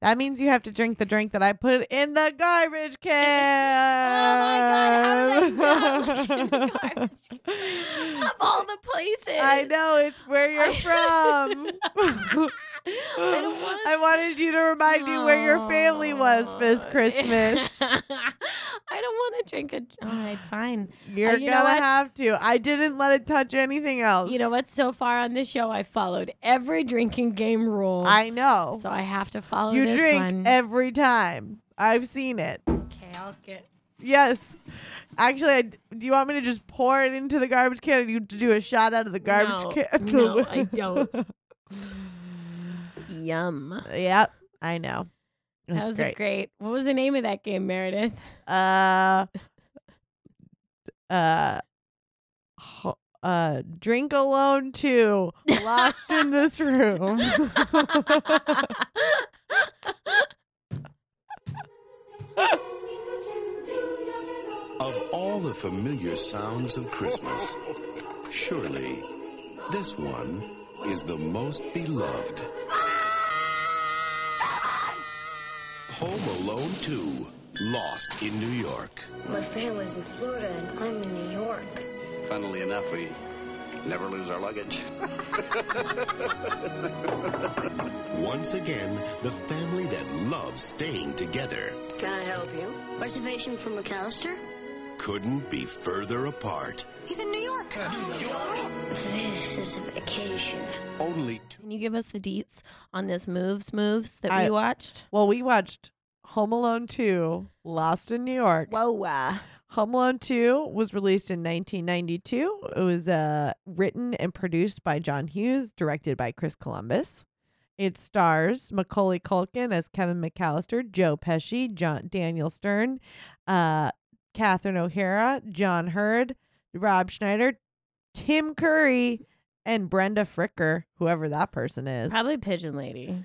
S2: That means you have to drink the drink that I put in the garbage
S3: Um,
S2: can.
S3: Oh my god, Oh how did I not look in the garbage can? Of all the places.
S2: I know it's where you're from.
S3: I don't want
S2: I wanted you to remind me where your family was this Christmas.
S3: I don't want to drink a. All right, fine.
S2: You're
S3: Uh, you know
S2: gonna
S3: what?
S2: have to. I didn't let it touch anything else.
S3: You know what? So far on this show, I followed every drinking game rule.
S2: I know.
S3: so I have to follow
S2: you
S3: this
S2: drink
S3: one.
S2: every time. I've seen it.
S3: okay, I'll get.
S2: Yes. Actually, I, do you want me to just pour it into the garbage can and you do a shot out of the garbage
S3: No,
S2: can?
S3: no, I don't. Yum.
S2: yep. I know. That's
S3: that was
S2: great.
S3: a great. What was the name of that game, Meredith?
S2: uh, uh, ho- uh, drink alone too. Lost in this room.
S5: Of all the familiar sounds of Christmas, surely this one is the most beloved. Home Alone 2, Lost in New York.
S6: My family's in Florida and I'm in New York.
S5: Funnily enough, we never lose our luggage. Once again, the family that loves staying together
S6: Can I help you? Reservation for McAllister?
S5: couldn't be further apart.
S6: This is a vacation.
S5: Only two.
S3: Can you give us the deets on this moves moves that
S2: I-
S3: we watched?
S2: Well, we watched Home Alone 2, Lost in New York.
S3: Whoa. Uh,
S2: Home Alone 2 was released in 1992. It was uh, written and produced by John Hughes, directed by Chris Columbus. It stars Macaulay Culkin as Kevin McAllister, Joe Pesci, John Daniel Stern, uh, Catherine O'Hara, John Hurd, Rob Schneider, Tim Curry, and Brenda Fricker, whoever that person is.
S3: Probably Pigeon Lady.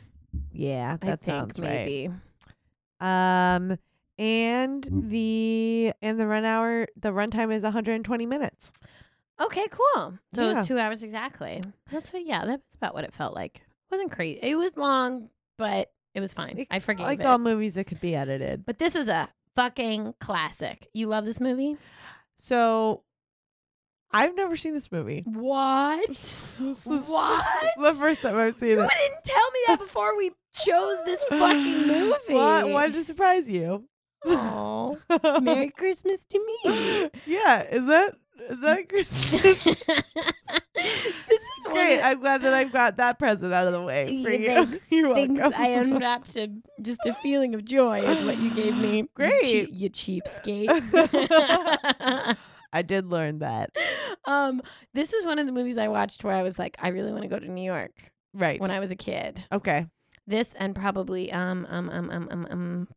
S2: yeah,
S3: I
S2: that
S3: think
S2: sounds right.
S3: maybe.
S2: Um, and
S3: Mm.
S2: the and the run hour the runtime is 120 minutes.
S3: Okay, cool. So it
S2: Yeah.
S3: was two hours exactly. That's what. Yeah, that was about what it felt like. It wasn't crazy. It was long, but it was fine.
S2: It-
S3: I forgave
S2: like um,
S3: it.
S2: all movies, it could be edited.
S3: but this is a fucking classic. You love this movie?
S2: So, I've never seen this movie.
S3: What?
S2: This is-
S3: What?
S2: This is the first time I've
S3: You
S2: seen it.
S3: didn't tell me that before we chose this fucking movie. Oh,
S2: What? Why did it surprise you?
S3: Aw. Merry Christmas to me.
S2: yeah, is that is that
S3: this
S2: Christmas?
S3: is one
S2: Great.
S3: of
S2: I'm glad that I've got that present out of the
S3: the
S2: way for you.
S3: things,
S2: You're
S3: things
S2: welcome.
S3: I unwrapped a, just a feeling of joy is what you gave me. You
S2: Great.
S3: chea- You, cheapskate.
S2: I did learn that.
S3: um, this was one of the movies I watched where I was like, I really want to go to New York
S2: Right.
S3: when I was a kid.
S2: okay.
S3: This and probably um um um um um um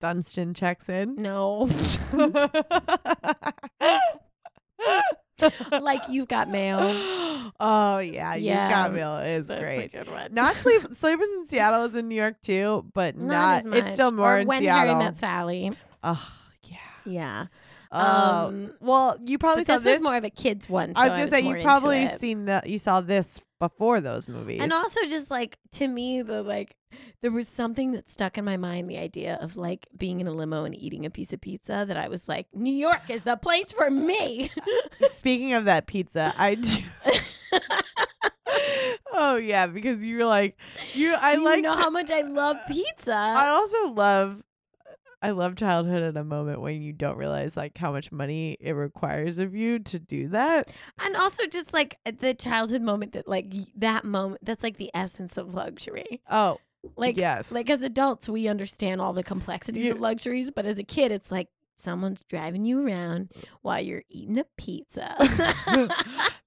S2: Dunstan checks in.
S3: No. Mm-hmm. like you've got mail.
S2: oh yeah,
S3: Yeah,
S2: you've got mail is
S3: That's
S2: great.
S3: a good one.
S2: Not sleep sleepers in Seattle is in New York too, but not,
S3: as
S2: it's still
S3: much.
S2: more
S3: or
S2: in
S3: when
S2: Seattle.
S3: Harry met Sally.
S2: oh yeah.
S3: Yeah.
S2: Oh,
S3: Um,
S2: well, you probably saw
S3: but this, was more of a kids one.
S2: I was
S3: so
S2: gonna
S3: I
S2: say
S3: was more
S2: you
S3: into
S2: probably
S3: it.
S2: seen that you saw this before those movies.
S3: And also just like to me the like there was something that stuck in my mind the idea of like being in a limo and eating a piece of pizza that I was like New York is the place for me.
S2: Speaking of that pizza, I do. oh yeah, because you were like you. I
S3: you
S2: like.
S3: know
S2: to-
S3: how much I love pizza.
S2: I also love. I love childhood at a moment when you don't realize like how much money it requires of you to do that.
S3: and also just like the childhood moment that like y- that moment that's like the essence of luxury.
S2: Oh,
S3: Like
S2: yes,
S3: like as adults we understand all the complexities
S2: You-
S3: of luxuries, but as a kid it's like someone's driving you around
S2: Mm.
S3: while you're eating a pizza.
S2: the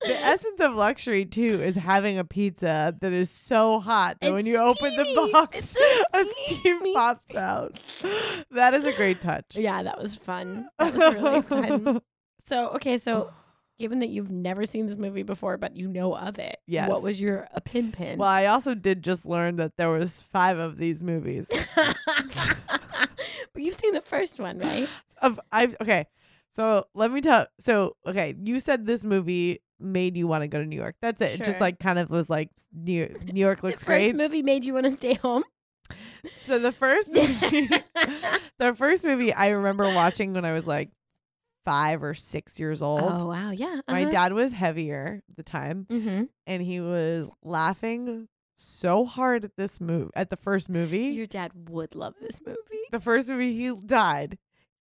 S2: essence of luxury too is having a pizza that is so hot that
S3: It's
S2: when you open the
S3: steamy.
S2: box,
S3: It's so
S2: a
S3: steamy.
S2: steam pops out. That is a great touch.
S3: Yeah, that was fun. That was really fun. So, okay, so given that you've never seen this movie before, but you know of it,
S2: Yes.
S3: what was your opinion?
S2: Well, I also did just learn that there was five of these movies.
S3: but you've seen the first one, right?
S2: of I've okay. So let me tell. So okay, you said this movie made you want to go to New York. That's it. It
S3: Sure.
S2: just like kind of was like New New York looks
S3: the first
S2: great.
S3: movie made you want to stay home.
S2: so the first movie, the first movie I remember watching when I was like five or six years old.
S3: Oh wow, yeah.
S2: My dad was heavier at the time,
S3: Mm-hmm.
S2: and he was laughing so hard at this move at the first movie.
S3: Your dad would love this movie.
S2: the first movie he died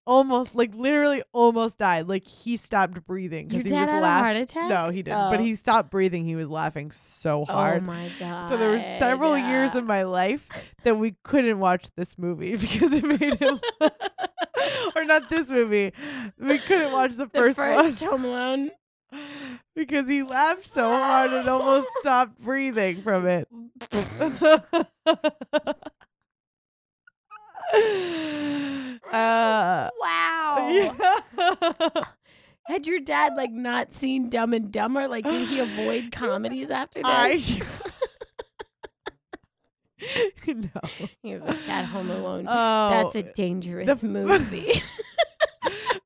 S2: almost like literally almost died like he stopped breathing
S3: Your
S2: because he
S3: dad
S2: was
S3: had a heart
S2: laughing
S3: attack.
S2: no he didn't but
S3: Oh.
S2: he stopped breathing he was laughing so
S3: Oh
S2: hard
S3: my god.
S2: so there were several years of my life that we couldn't watch this movie because it made him or not this movie we couldn't watch the
S3: the
S2: first,
S3: first Home Alone.
S2: one because he laughed so hard and almost stopped breathing from it uh,
S3: Wow.
S2: yeah.
S3: Had your dad like not seen Dumb and Dumber? Like, did he avoid comedies after this?
S2: I. no.
S3: He was like, "That Home Alone.
S2: Oh,
S3: That's a dangerous
S2: the-
S3: movie."
S2: Oh,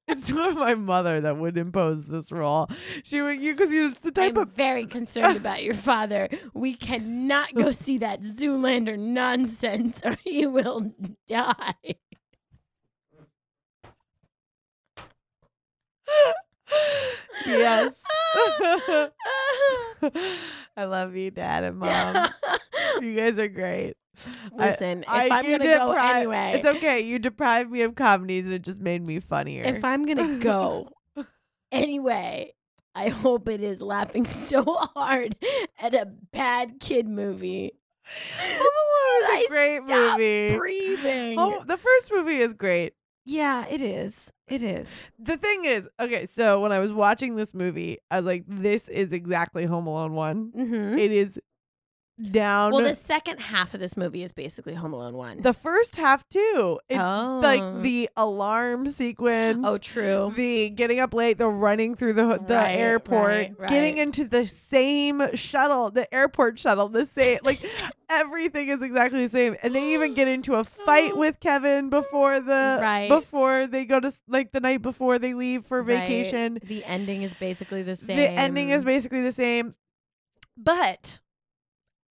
S2: It's not my mother that would impose this rule. She would you because it's the type
S3: I'm
S2: of
S3: very concerned about your father. We cannot go see that Zoolander nonsense, or he will die.
S2: yes. I love you, Dad and Mom. you guys are great. I-
S3: Listen, if I'm
S2: you
S3: gonna go
S2: depri-
S3: anyway,
S2: It's okay. You deprived me of comedies and it just made me funnier.
S3: If I'm gonna go anyway, I hope it is laughing so hard at a bad kid movie.
S2: Home Alone is
S3: I
S2: a great
S3: stop
S2: movie.
S3: Breathing.
S2: Home- the first movie is great.
S3: Yeah, it is. It is.
S2: The thing is, okay, so when I was watching this movie, I was like, this is exactly Home Alone one.
S3: Mm-hmm.
S2: It is down.
S3: Well, the second half of this movie is basically Home Alone one.
S2: the first half too. It's
S3: Oh.
S2: like the alarm sequence.
S3: oh, true.
S2: the getting up late, the running through the the
S3: Right,
S2: airport,
S3: right,
S2: getting
S3: right.
S2: into the same shuttle, the airport shuttle, the same like everything is exactly the same. And they even get into a fight with Kevin before the
S3: Right.
S2: before they go to s- like the night before they leave for
S3: Right.
S2: vacation.
S3: The ending is basically the same.
S2: The ending is basically the same. But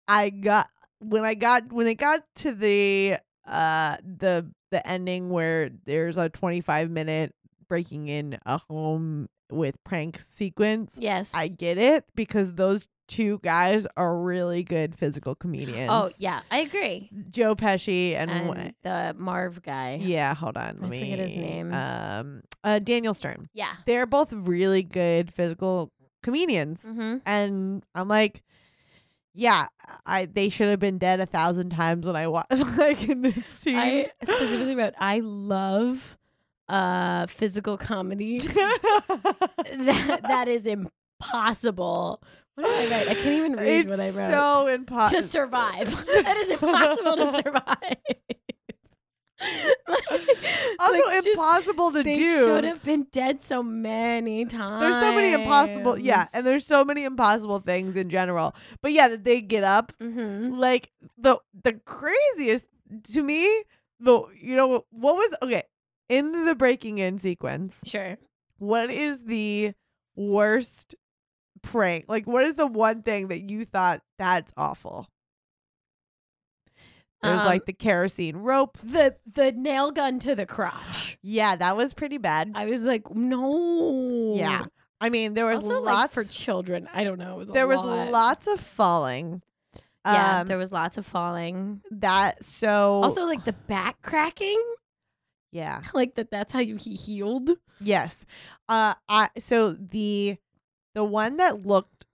S2: I got when I got when it got to the uh the the ending where there's a 25 minute breaking in a home with prank sequence.
S3: yes. Oh,
S2: I get it because those two guys are really good physical comedians.
S3: oh, yeah, I agree.
S2: Joe Pesci and,
S3: And the Marv guy.
S2: yeah, hold on, let
S3: I
S2: me
S3: forget his name.
S2: Um, uh, Daniel Stern.
S3: Yeah.
S2: They're both really good physical comedians
S3: Mm-hmm.
S2: and I'm like, yeah, I they should have been dead a thousand times when I watched like in this scene.
S3: I specifically wrote, I love uh physical comedy. that that is impossible. What did I write? I can't even read
S2: it's
S3: what I wrote.
S2: so impossible.
S3: to survive. that is impossible to survive. Like,
S2: also
S3: Like, just-
S2: impossible to
S3: they
S2: do.
S3: should have been dead so many times.
S2: There's so many impossible, yeah, and there's so many impossible things in general. But yeah, that they get up
S3: mm-hmm.
S2: like the the craziest to me. The you know what was okay in the breaking in sequence.
S3: Sure.
S2: What is the worst prank? Like, what is the one thing that you thought that's awful? There's
S3: Um,
S2: like the kerosene rope.
S3: the the nail gun to the crotch.
S2: Yeah, that was pretty bad.
S3: I was like, no.
S2: Yeah. I mean, there was
S3: Also, like,
S2: lots.
S3: for children. I don't know. It was a
S2: there was
S3: lot.
S2: lots of falling.
S3: Yeah,
S2: Um, Oh.
S3: there was lots of falling.
S2: that so
S3: Also, like the back cracking,
S2: yeah
S3: like that. That's how you he healed.
S2: yes uh i so the the one that looked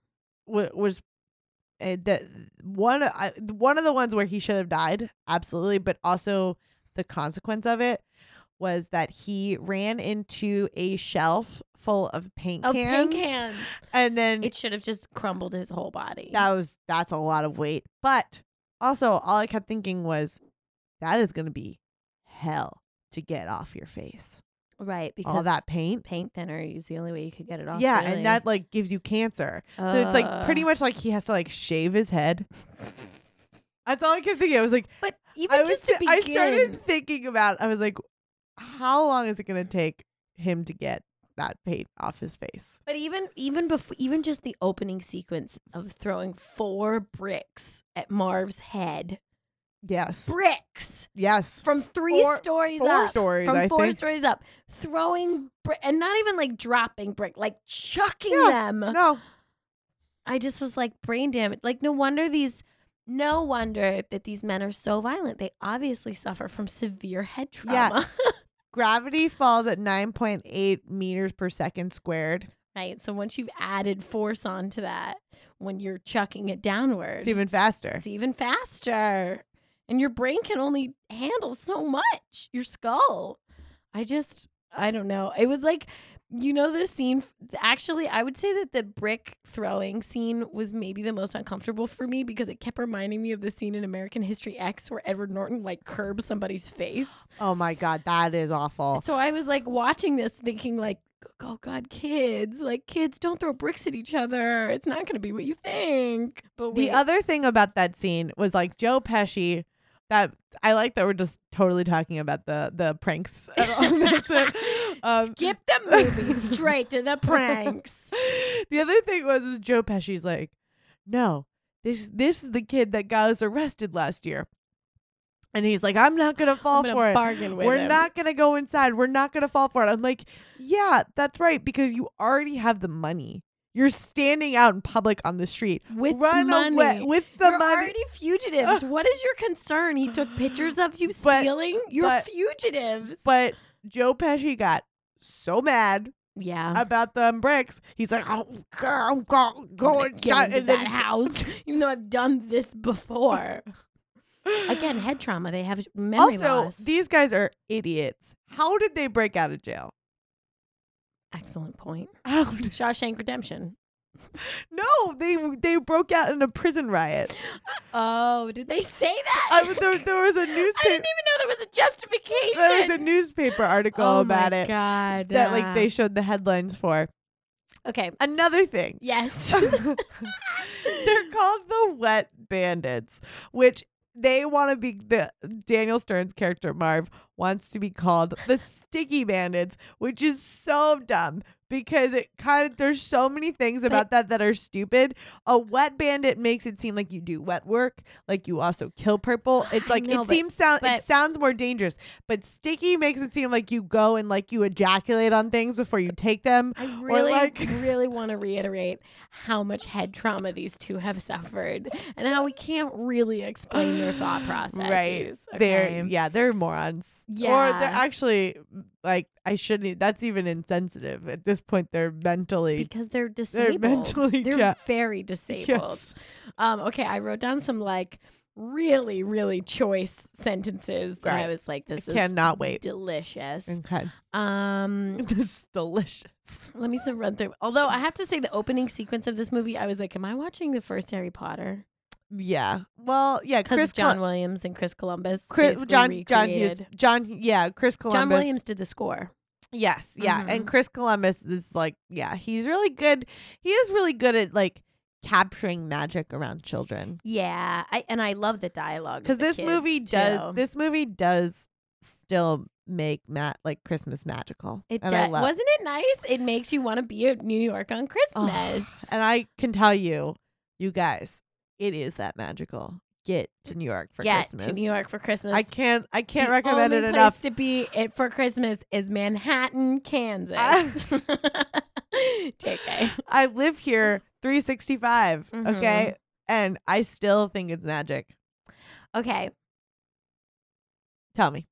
S2: wa was uh, the one I, one of the ones where he should have died absolutely but also the consequence of it was that he ran into a shelf full of paint
S3: Oh,
S2: cans
S3: paint cans.
S2: and then
S3: It should have just crumbled his whole body.
S2: that was that's a lot of weight but also all i kept thinking was that is going to be hell to get off your face
S3: right because
S2: all that paint
S3: paint thinner is the only way you could get it off.
S2: yeah
S3: really.
S2: and that like gives you cancer so it's like pretty
S3: Ugh.
S2: much like he has to like shave his head that's all i kept thinking i was like
S3: But even
S2: I, was
S3: just to
S2: thi-
S3: begin,
S2: I started thinking about i was like how long is it going to take him to get that paint off his face
S3: But even even before even just the opening sequence of throwing four bricks at Marv's head.
S2: yes
S3: Bricks
S2: yes
S3: from three
S2: Four-
S3: stories
S2: four
S3: up.
S2: stories
S3: from
S2: i
S3: four
S2: think
S3: stories up, throwing bri- and not even like dropping brick, like chucking
S2: Yeah,
S3: them.
S2: no
S3: I just was like brain damage. Like no wonder these no wonder that these men are so violent. They obviously suffer from severe head
S2: Yeah.
S3: trauma.
S2: gravity falls at 9.8 meters per second squared
S3: right. So once you've added force onto that when you're chucking it downward.
S2: it's even faster
S3: It's even faster. And your brain can only handle so much. Your skull. I just, I don't know. It was like, you know, the scene. Actually, I would say that the brick throwing scene was maybe the most uncomfortable for me because it kept reminding me of the scene in American History X where Edward Norton like curbs somebody's face.
S2: oh my god that is awful
S3: So I was like watching this thinking, like, oh God, kids, like, kids, don't throw bricks at each other. It's not going to be what you think. But
S2: The
S3: wait.
S2: other thing about that scene was like Joe Pesci. That I like that we're just totally talking about the the pranks. at all. That's it. Um,
S3: Skip the movie straight to the pranks.
S2: the other thing was is Joe Pesci's like, no, this this is the kid that got us arrested last year, and he's like, I'm not gonna fall
S3: I'm gonna
S2: for it.
S3: bargain with
S2: We're
S3: him.
S2: not gonna go inside. We're not gonna fall for it. I'm like, yeah, that's right, because you already have the money. You're standing out in public on the street.
S3: with
S2: Run
S3: money.
S2: away with the
S3: You're
S2: money.
S3: already fugitives. what is your concern? He took pictures of you
S2: But-
S3: stealing. You're
S2: but-
S3: fugitives.
S2: But Joe Pesci got so mad
S3: yeah,
S2: about them bricks. He's like, oh, girl, I'm go- going
S3: get
S2: shot.
S3: into
S2: And
S3: that
S2: then
S3: house. Even though I've done this before. Again, head trauma. They have memory
S2: also,
S3: loss.
S2: these guys are idiots. How did they break out of jail?
S3: Excellent point.
S2: How did-
S3: Shawshank Redemption.
S2: no, they they broke out in a prison riot.
S3: Oh, did they say that?
S2: I was- there, there was a
S3: I didn't even
S2: newspaper.
S3: know there was a justification.
S2: There was a newspaper article
S3: oh
S2: about
S3: my
S2: it
S3: God. uh,
S2: that like they showed the headlines for.
S3: okay.
S2: Another thing,
S3: Yes.
S2: They're called the Wet Bandits, which they want to be the Daniel Stern's character Marv wants to be called the Sticky Bandits, which is so dumb because it kind of there's so many things about that that are stupid. A wet bandit makes it seem like you do wet work, like you also kill purple. It's
S3: I
S2: like
S3: know,
S2: it
S3: but-
S2: seems sound it
S3: but-
S2: sounds more dangerous, but sticky makes it seem like you go and like you ejaculate on things before you take them.
S3: I
S2: or,
S3: really,
S2: like-
S3: really want to reiterate how much head trauma these two have suffered and how we can't really explain their thought processes.
S2: Right. They're
S3: okay?
S2: yeah, they're morons. Or they're
S3: Yeah.
S2: actually like I shouldn't e, that's even insensitive. At this point they're mentally
S3: Because they're disabled. They're,
S2: mentally ja-
S3: very disabled.
S2: Yes.
S3: Um, okay, I wrote down some like really, really choice sentences that
S2: Right.
S3: I was like, this is
S2: cannot wait.
S3: delicious.
S2: Okay.
S3: Um,
S2: This is delicious.
S3: Let me still run through. Although I have to say, the opening sequence of this movie, I was like, "Am I watching the first Harry Potter?"
S2: yeah. Well, yeah. Chris
S3: because John
S2: Col-
S3: Williams and Chris Columbus.
S2: Chris,
S3: basically
S2: John John Hughes
S3: recreated-
S2: John yeah Chris Columbus
S3: John Williams did the score.
S2: Yes, yeah. And
S3: Mhm.
S2: Chris Columbus is like, yeah, he's really good. He is really good at like capturing magic around children.
S3: Yeah, I and I love the dialogue
S2: Cuz
S3: because
S2: this movie does this movie does still make Matt like Christmas magical.
S3: It
S2: and
S3: does.
S2: I love
S3: Wasn't it nice? It makes you want to be at New York on
S2: Oh,
S3: Christmas.
S2: and I can tell you, you guys, it is that magical. Get to New York for
S3: Get
S2: Christmas.
S3: to New York for Christmas.
S2: I can't I can't
S3: The
S2: recommend
S3: only
S2: it
S3: place
S2: enough.
S3: To be it for Christmas is Manhattan, Kansas.
S2: Ah.
S3: TK.
S2: I live here 365,
S3: Mhm.
S2: okay? And I still think it's magic.
S3: Okay,
S2: Tell me.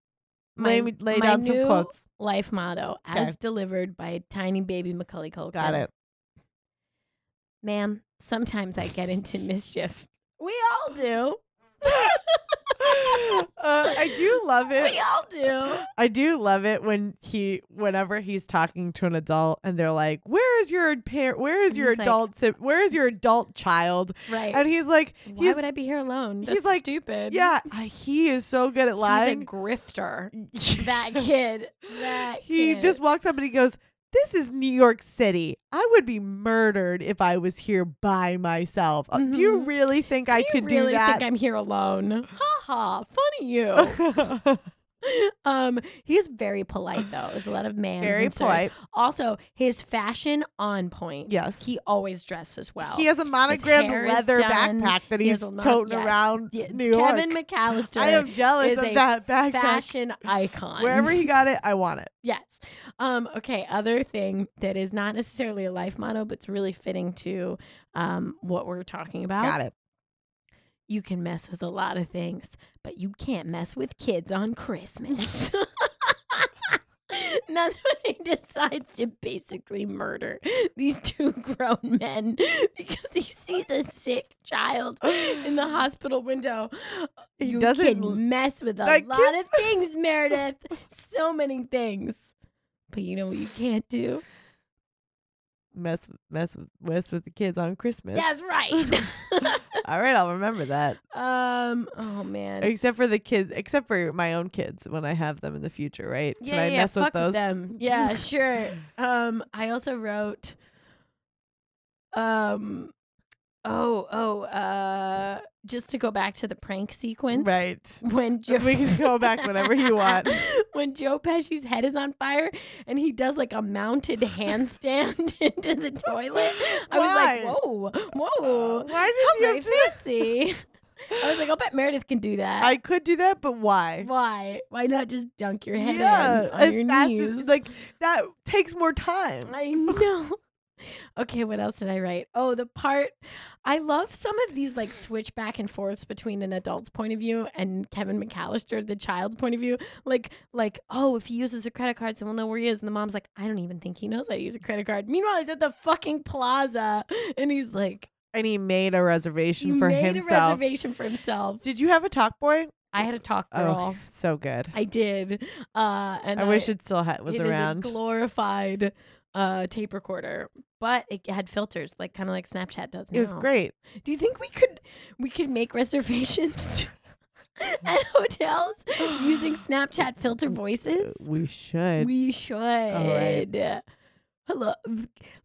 S2: lay
S3: my-
S2: me- lay
S3: my
S2: down some
S3: new
S2: quotes.
S3: Life motto,
S2: Okay.
S3: as delivered by tiny baby Macaulay Culkin.
S2: Got it.
S3: ma'am. Sometimes I get into mischief. We all do.
S2: uh, I do love
S3: We
S2: it.
S3: all do.
S2: I do love it when he, whenever he's talking to an adult, and they're like, "Where is your parent? Where is
S3: And
S2: your
S3: he's like-
S2: adult? si- where is your adult child?"
S3: Right.
S2: And he's like,
S3: Why
S2: "He's
S3: would I be here alone?
S2: he's
S3: That's
S2: like,
S3: stupid.
S2: yeah, I- he is so good at
S3: He's a
S2: lying."
S3: grifter. That kid. That
S2: he
S3: kid.
S2: just walks up and he goes, "This is New York City. I would be murdered if I was here by myself. Uh, Do you
S3: Mhm.
S2: really think I
S3: you
S2: could
S3: really
S2: do that?"
S3: think I'm here alone? Ha ha. Funny you. um, he's very polite though. There's a lot of man.
S2: Very polite.
S3: Also, his fashion on point.
S2: Yes.
S3: He always dresses well.
S2: He has a
S3: hair
S2: monogrammed
S3: is
S2: leather
S3: done.
S2: backpack that
S3: He
S2: he's
S3: has a mon-
S2: toting
S3: yes.
S2: around
S3: Yeah,
S2: New York.
S3: Kevin McAllister.
S2: I am jealous
S3: is
S2: of
S3: a
S2: that backpack.
S3: fashion icon.
S2: Wherever he got it, I want it.
S3: Yes. Um, okay. Other thing that is not necessarily a life motto, but it's really fitting to um, what we're talking about.
S2: Got it.
S3: You can mess with a lot of things, but you can't mess with kids on Christmas. And that's when he decides to basically murder these two grown men because he sees a sick child in the hospital window.
S2: He
S3: you
S2: doesn't l-
S3: can mess with a
S2: That
S3: lot
S2: kid-
S3: of things, Meredith. So many things. But you know what you can't do?
S2: Mess mess with mess with the kids on Christmas.
S3: That's right.
S2: All right, I'll remember that.
S3: um. Oh man.
S2: Except for the kids, except for my own kids when I have them in the future, right?
S3: yeah,
S2: can I
S3: yeah,
S2: mess
S3: fuck
S2: with those?
S3: them. Yeah, sure. Um, I also wrote, um, oh, oh, uh, just to go back to the prank sequence,
S2: Right.
S3: When Joe,
S2: We can go back whenever you want.
S3: when Joe Pesci's head is on fire and he does like a mounted handstand into the toilet, I
S2: Why?
S3: was like, whoa, whoa,
S2: Why did
S3: how
S2: you
S3: very
S2: have to-
S3: fancy. I was like, I'll bet Meredith can do that.
S2: I could do that, but why?
S3: Why? Why not just dunk your head
S2: yeah,
S3: in on
S2: as
S3: your
S2: fast
S3: knees?
S2: as like that takes more time.
S3: I know. Okay, what else did I write? Oh, the part I love some of these like switch back and forths between an adult's point of view and Kevin McAllister, the child's point of view. Like, like, oh, if he uses a credit card, someone will know where he is. And the mom's like, I don't even think he knows I use a credit card. Meanwhile, he's at the fucking plaza and he's like,
S2: and he made a
S3: he
S2: reservation for
S3: made a
S2: himself.
S3: reservation for himself.
S2: Did you have a talk boy?
S3: I had a talk girl.
S2: Oh, so good.
S3: I did. Uh and
S2: I, wish it still ha- was
S3: It is
S2: around.
S3: a glorified uh, tape recorder, but it had filters, like kind of like Snapchat does now.
S2: it was great.
S3: Do you think we could we could make reservations at hotels using Snapchat filter voices?
S2: We should.
S3: We should. Hello.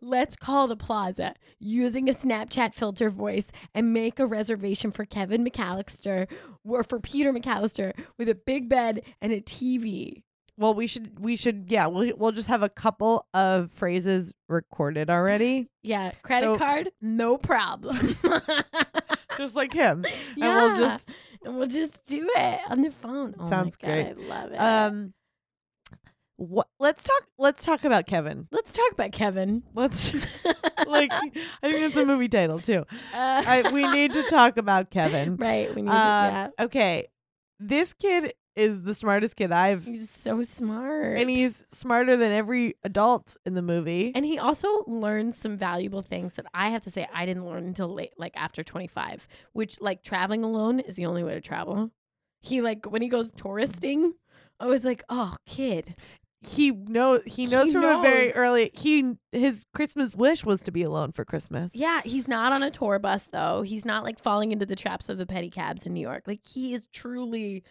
S3: Let's call the plaza using a Snapchat filter voice and make a reservation for Kevin McAllister or for Peter McAllister with a big bed and a TV.
S2: well, we should. We should. Yeah, we'll we'll just have a couple of phrases recorded already,
S3: Yeah, credit
S2: So-
S3: card, no problem.
S2: just like him, and we'll
S3: Yeah.
S2: just.
S3: and we'll just do it on the phone. Oh my
S2: Sounds
S3: God,
S2: great.
S3: I love it.
S2: Um, what? Let's talk. Let's talk about Kevin.
S3: Let's talk about Kevin.
S2: Let's like. I think that's a movie title too.
S3: Uh,
S2: I, we need to talk about Kevin.
S3: Right, we need
S2: Um,
S3: to. Yeah.
S2: Okay, this kid is the smartest kid I've
S3: He's so smart.
S2: and he's smarter than every adult in the movie.
S3: and he also learned some valuable things that I have to say I didn't learn until late, like after 25, which like traveling alone is the only way to travel. He like when he goes touristing, I was like, oh kid,
S2: he knows he knows
S3: He
S2: from a very
S3: knows.
S2: early he his Christmas wish was to be alone for Christmas.
S3: Yeah, he's not on a tour bus though. He's not like falling into the traps of the pedicabs in New York. Like he is truly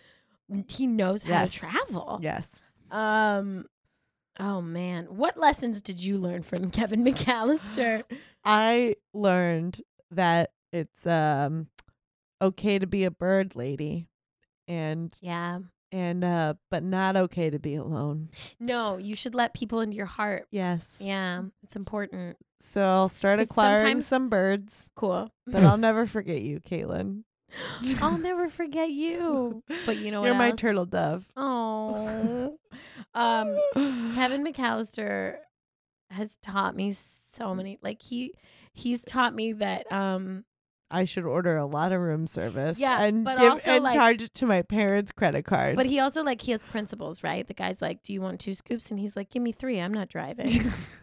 S3: he knows how
S2: Yes.
S3: to travel.
S2: Yes.
S3: Um oh man. What lessons did you learn from Kevin McAllister?
S2: I learned that it's um okay to be a bird lady and
S3: yeah.
S2: and uh but not okay to be alone.
S3: No, you should let people into your heart.
S2: Yes.
S3: Yeah, it's important.
S2: So I'll start
S3: 'Cause
S2: acquiring
S3: sometimes-
S2: some birds,
S3: Cool.
S2: but I'll never forget you, Caitlin.
S3: I'll never forget you. Oh, But you know what?
S2: You're my
S3: else?
S2: turtle dove.
S3: Oh. um Kevin McAllister has taught me so
S2: Mm.
S3: many like he he's taught me that um
S2: I should order a lot of room service.
S3: Yeah,
S2: and
S3: but
S2: give,
S3: also,
S2: and
S3: like-
S2: charge it to my parents' credit card.
S3: but he also like he has principles, right? The guy's like, "Do you want two scoops?" and he's like, "Give me 3. I'm not driving."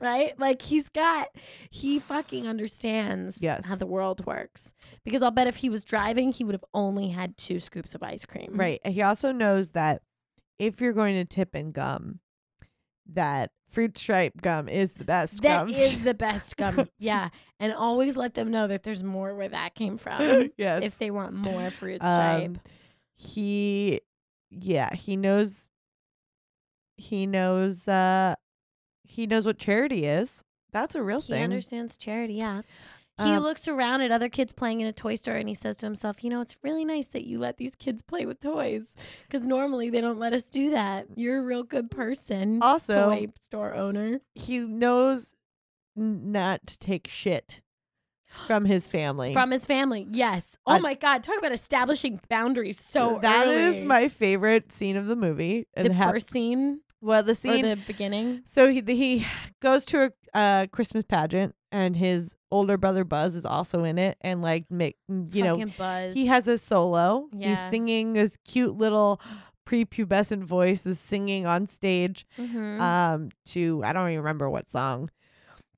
S3: right? Like he's got he fucking understands
S2: Yes.
S3: how the world works. Because I'll bet if he was driving, he would have only had two scoops of ice cream.
S2: Right. He also knows that if you're going to tip in gum, that fruit stripe gum is the best
S3: That
S2: gum.
S3: is the best gum. yeah. And always let them know that there's more where that came from.
S2: yes.
S3: if they want more fruit stripe.
S2: Um, he, yeah, he knows. He knows. uh He knows what charity is. That's a real
S3: he
S2: thing.
S3: understands charity, yeah. He
S2: Um,
S3: looks around at other kids playing in a toy store and he says to himself, You know, it's really nice that you let these kids play with toys because normally they don't let us do that. You're a real good person,
S2: Also-
S3: toy store owner.
S2: he knows n- not to take shit from his family.
S3: From his family, yes. Oh
S2: I-
S3: my God, talk about establishing boundaries so
S2: that is
S3: early.
S2: my favorite scene of the movie. And
S3: the
S2: hap-
S3: first scene,
S2: well, the
S3: or
S2: scene
S3: the beginning.
S2: So he he goes to a uh, Christmas pageant, and his older brother Buzz is also in it, and like make you know
S3: Fucking buzz.
S2: he has a solo.
S3: Yeah.
S2: He's singing this cute little prepubescent voice is singing on stage
S3: Mhm.
S2: um to I don't even remember what song.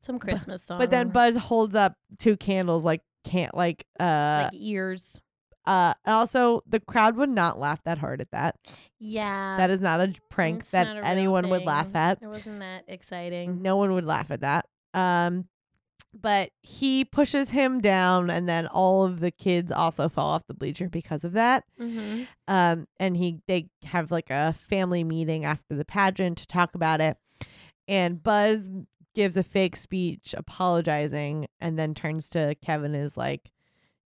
S3: some Christmas song,
S2: But then Buzz holds up two candles like can't like uh
S3: like ears.
S2: uh also the crowd would not laugh that hard at that.
S3: Yeah,
S2: that is not a prank
S3: It's
S2: that
S3: Uh, not a real
S2: anyone would laugh
S3: thing.
S2: at. Mm,
S3: It wasn't that exciting.
S2: No one would laugh at that. Um, but he pushes him down, and then all of the kids also fall off the bleacher because of that.
S3: Mm-hmm.
S2: Um, and he they have like a family meeting after the pageant to talk about it. And Buzz gives a fake speech apologizing, and then turns to Kevin and is like,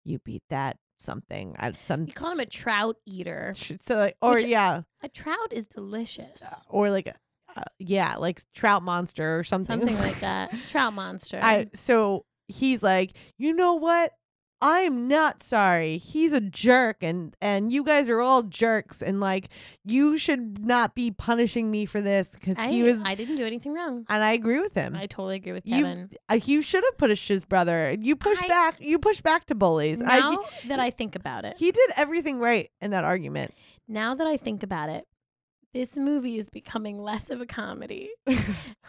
S2: "You beat that something." I, some
S3: You call him a trout eater.
S2: so like, or
S3: Which-
S2: yeah,
S3: A trout is delicious.
S2: or like uh, yeah, like trout monster or something,
S3: Something like that. Trout monster.
S2: I so he's like, you know what? I'm not sorry. He's a jerk, and and you guys are all jerks, and like you should not be punishing me for this because
S3: I,
S2: he was.
S3: I didn't do anything wrong.
S2: and I agree with him.
S3: I totally agree with
S2: You-
S3: Kevin.
S2: Uh, you should have pushed his brother. You push
S3: I-
S2: back. You push back to bullies. I,
S3: now that I think about it,
S2: he did everything right in that argument.
S3: now that I think about it, this movie is becoming less of a comedy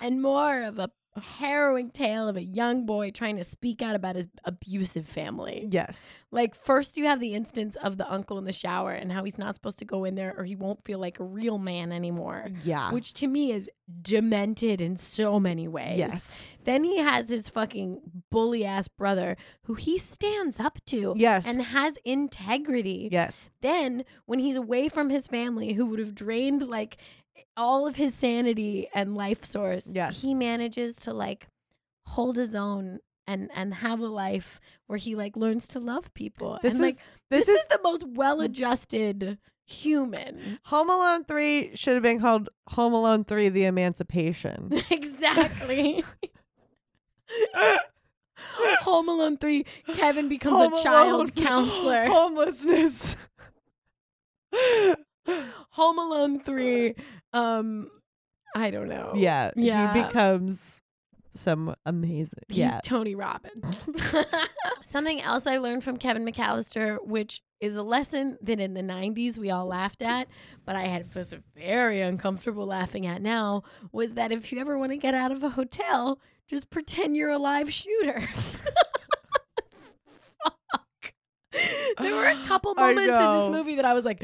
S3: and more of a harrowing tale of a young boy trying to speak out about his abusive family.
S2: Yes.
S3: Like first you have the instance of the uncle in the shower and how he's not supposed to go in there or he won't feel like a real man anymore.
S2: Yeah.
S3: Which to me is demented in so many ways.
S2: yes.
S3: Then he has his fucking bully ass brother who he stands up to
S2: Yes.
S3: and has integrity.
S2: yes.
S3: Then when he's away from his family who would have drained like all of his sanity and life source,
S2: Yes.
S3: he manages to like hold his own and and have a life where he like learns to love people.
S2: This
S3: and
S2: is
S3: like
S2: this, is,
S3: the most well-adjusted human.
S2: Home Alone three should have been called Home Alone three: The Emancipation.
S3: exactly. Home Alone 3, Kevin becomes
S2: Home
S3: a child
S2: Alone.
S3: counselor.
S2: Homelessness.
S3: Home Alone 3, um I don't know.
S2: yeah, He
S3: Yeah.
S2: becomes some amazing.
S3: He's
S2: yeah.
S3: Tony Robbins. Something else I learned from Kevin McAllister, which is a lesson that in the 90s we all laughed at, but I had was very uncomfortable laughing at now, was that if you ever want to get out of a hotel, just pretend you're a live shooter. Fuck. There were a couple
S2: I
S3: moments in this
S2: know.
S3: movie that I was like,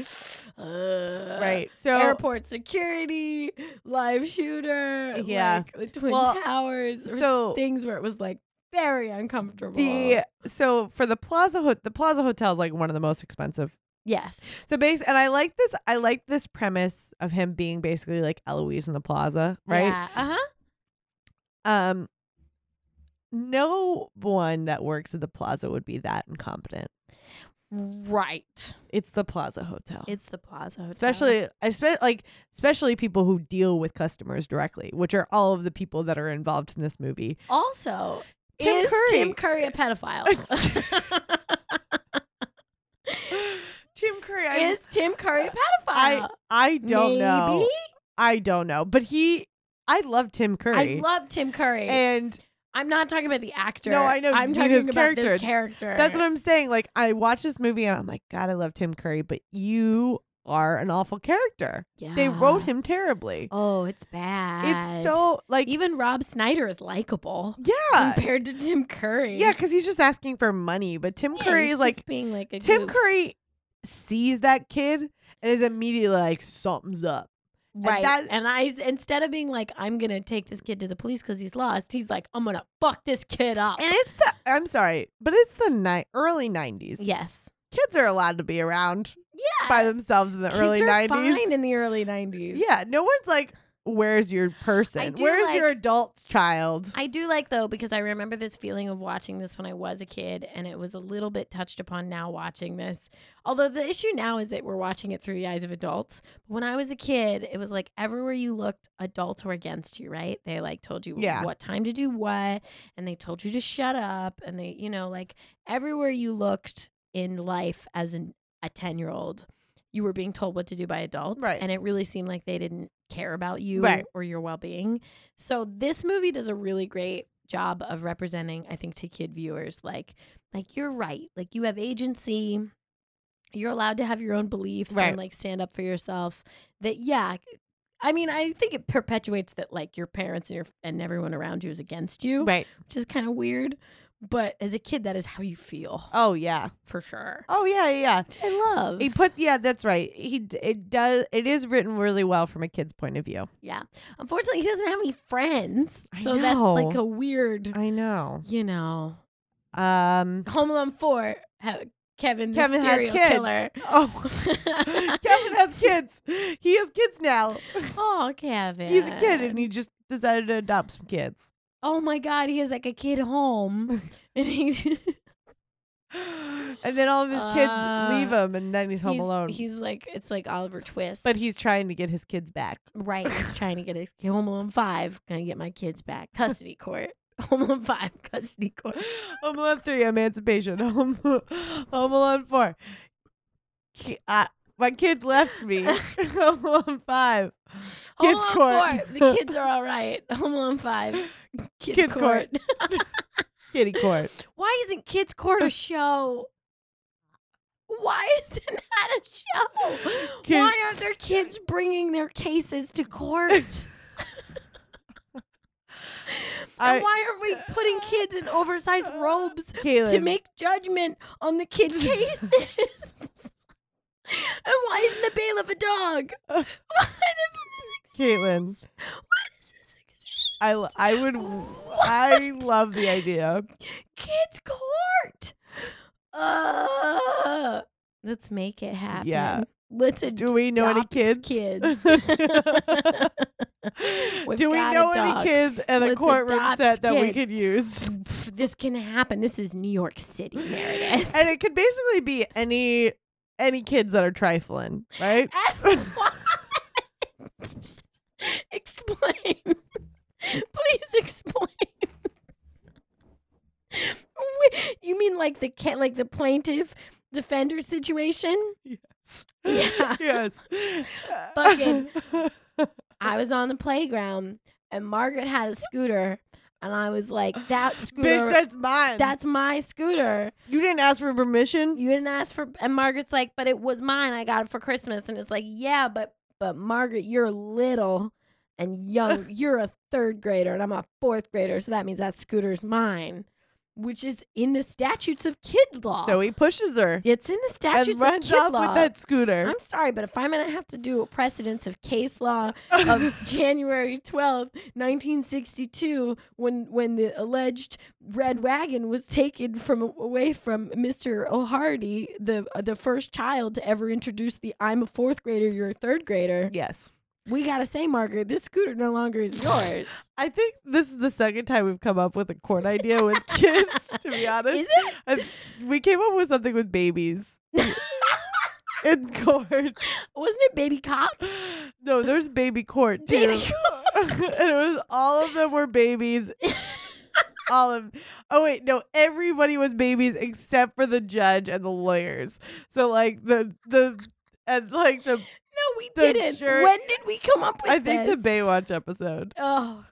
S3: uh,
S2: Right. So
S3: airport security, live shooter,
S2: Yeah.
S3: like the twin
S2: Well,
S3: towers, there was
S2: so-
S3: things where it was like very uncomfortable.
S2: the so for the Plaza Ho- the Plaza Hotel is like one of the most expensive
S3: yes,
S2: So base and I like this I like this premise of him being basically like Eloise in the plaza, right?
S3: Yeah. Uh huh.
S2: Um no one that works at the plaza would be that incompetent.
S3: Right.
S2: It's the Plaza Hotel.
S3: It's the Plaza Hotel.
S2: especially I spe- like especially people who deal with customers directly, which are all of the people that are involved in this movie.
S3: also
S2: Tim
S3: is
S2: Curry.
S3: Tim Curry a pedophile?
S2: Tim Curry I,
S3: is Tim Curry a
S2: I
S3: pedophile?
S2: I don't know.
S3: Maybe?
S2: I don't know, but he I love Tim Curry.
S3: I love Tim Curry.
S2: and
S3: I'm not talking about the actor.
S2: No, I know,
S3: I'm
S2: you mean
S3: talking
S2: his
S3: about
S2: character.
S3: this character.
S2: That's what I'm saying. Like I watch this movie and I'm like, God, I love Tim Curry, but you are an awful character.
S3: Yeah.
S2: They wrote him terribly.
S3: Oh, it's Ah. bad.
S2: it's so like
S3: even Rob Snyder is likable
S2: yeah,
S3: compared to Tim Curry.
S2: yeah, because he's just asking for money. But Tim
S3: Yeah,
S2: Curry
S3: he's
S2: is like
S3: just being like a
S2: Tim
S3: goof.
S2: Curry sees that kid and is immediately like something's up.
S3: right?
S2: that-
S3: and I instead of being like I'm gonna take this kid to the police because he's lost, he's like I'm gonna fuck this kid up.
S2: And it's the I'm sorry, but it's the ni- early '90s.
S3: yes,
S2: kids are allowed to be around
S3: yeah.
S2: by themselves in the
S3: Kids
S2: early
S3: are
S2: '90s.
S3: fine in the early '90s.
S2: yeah, no one's like, "Where's your person?
S3: do
S2: Where's
S3: like-
S2: your adult child?"
S3: I do like though because I remember this feeling of watching this when I was a kid, and it was a little bit touched upon now watching this. Although the issue now is that we're watching it through the eyes of adults. But when I was a kid, it was like everywhere you looked, adults were against you, right? They like told you
S2: Yeah.
S3: what time to do what, and they told you to shut up, and they, you know, like everywhere you looked in life as an, a ten year old. You were being told what to do by adults,
S2: Right.
S3: and it really seemed like they didn't care about you
S2: Right.
S3: or your well being. So this movie does a really great job of representing, I think, to kid viewers, like, like you're right, like you have agency, you're allowed to have your own beliefs
S2: Right.
S3: and like stand up for yourself. That yeah, I mean, I think it perpetuates that like your parents and your and everyone around you is against you,
S2: Right.
S3: which is kind of weird. But as a kid, that is how you feel
S2: Oh yeah.
S3: for sure.
S2: Oh yeah, yeah, yeah.
S3: Which I love.
S2: He put yeah, that's right. He d- it does it is written really well from a kid's point of view.
S3: yeah. Unfortunately, he doesn't have any friends,
S2: I
S3: so that's like
S2: know.
S3: a weird,
S2: I know.
S3: you know,
S2: Um
S3: Home Alone Four, ha- Kevin, the
S2: Kevin has
S3: serial
S2: kids.
S3: killer.
S2: Oh. Kevin has kids. He has kids now.
S3: oh, Kevin.
S2: He's a kid and he just decided to adopt some kids.
S3: oh my God, he has like a kid home, and he
S2: And then all of his kids
S3: Uh,
S2: leave him and then he's home
S3: he's,
S2: alone.
S3: He's like it's like Oliver Twist,
S2: but he's trying to get his kids back.
S3: right. He's trying to get a Home Alone Five. Gonna get my kids back. Custody court. Home Alone Five. Custody court.
S2: Home Alone 3, Emancipation. Home, Home Alone 4. Ki- I- my kids left me. Home Alone 5.
S3: Home
S2: Kids
S3: Alone
S2: court.
S3: Four. The kids are all right. Home Alone Five. Kids,
S2: Kids
S3: court.
S2: Kitty court.
S3: Why isn't Kids Court a show? Why isn't that a show?
S2: Kids-
S3: Why aren't there kids bringing their cases to court?
S2: I-
S3: and why aren't we putting kids in oversized robes to
S2: Kaylin.
S3: make judgment on the kid cases? and why isn't the bailiff a dog? Why doesn't this exist?
S2: Caitlin.
S3: Why does this exist?
S2: I, l- I would. I love the idea.
S3: Kids court. Uh, let's make it happen.
S2: Yeah.
S3: Let's
S2: Do we know any
S3: adopt
S2: kids?
S3: Kids. We've
S2: Do we
S3: got a
S2: know any
S3: dog.
S2: kids and a
S3: Let's
S2: courtroom
S3: adopt
S2: set that we could
S3: kids.
S2: use?
S3: Pff, this can happen. This is New York City, Meredith.
S2: And it could basically be any any kids that are trifling, right?
S3: Everyone. explain. Please explain. Wait, you mean like the cat, like the plaintiff defender situation? Yeah.
S2: yes.
S3: Fucking- I was on the playground and Margaret had a scooter, and I was like, "That
S2: Bitch,
S3: scooter,
S2: that's mine.
S3: that's my scooter."
S2: you didn't ask for permission.
S3: You didn't ask for, and Margaret's like, "But it was mine. I got it for Christmas." And it's like, "Yeah, but but Margaret, you're little and young. you're a third grader, and I'm a fourth grader, so that means that scooter's mine." which is in the statutes of kid law.
S2: So he pushes her
S3: it's in the
S2: and
S3: statutes of
S2: runs
S3: kid
S2: off
S3: law.
S2: with that scooter.
S3: I'm sorry, but if I'm going to have to do a precedence of case law of January 12th, 1962, when when the alleged red wagon was taken from away from Mr. O'Hardy, the the first child to ever introduce the I'm a fourth grader, you're a third grader.
S2: yes.
S3: We got to say, Margaret, this scooter no longer is yours.
S2: I think this is the second time we've come up with a corn idea with kids, to be honest.
S3: Is it?
S2: I- we came up with something with babies. and corn.
S3: Wasn't it baby cops?
S2: No, there's baby court too.
S3: Baby
S2: and it was all of them were babies. all of oh wait, no, everybody was babies except for the judge and the lawyers. So like the the and like the
S3: No, we
S2: The
S3: didn't.
S2: jerk-
S3: When did we come up with
S2: I think
S3: this?
S2: the Baywatch episode.
S3: Oh,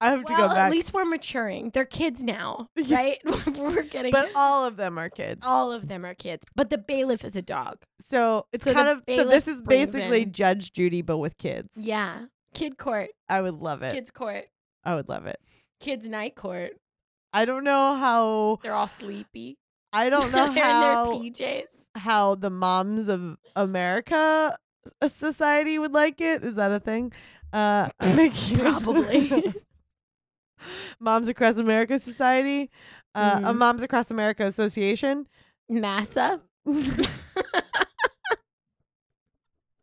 S2: I have to
S3: well,
S2: go
S3: at
S2: back.
S3: least we're maturing. They're kids now,
S2: Yeah.
S3: right? we're getting
S2: but all of them are kids.
S3: all of them are kids. But the bailiff is a dog.
S2: so it's
S3: So the
S2: kind of so this
S3: bailiff
S2: is
S3: brings
S2: basically
S3: in-
S2: Judge Judy but with kids. Eh.
S3: Yeah, kid court,
S2: I would love it.
S3: kids court,
S2: I would love it.
S3: kids night court.
S2: I don't know how
S3: They're all sleepy.
S2: I don't know
S3: They're
S2: how
S3: in their PJs.
S2: how the moms of America s- society would like it. Is that a thing? Uh, I'm making-
S3: Probably.
S2: moms Across America Society, uh, a
S3: Mhm.
S2: Moms Across America Association.
S3: Massa. Uh-huh.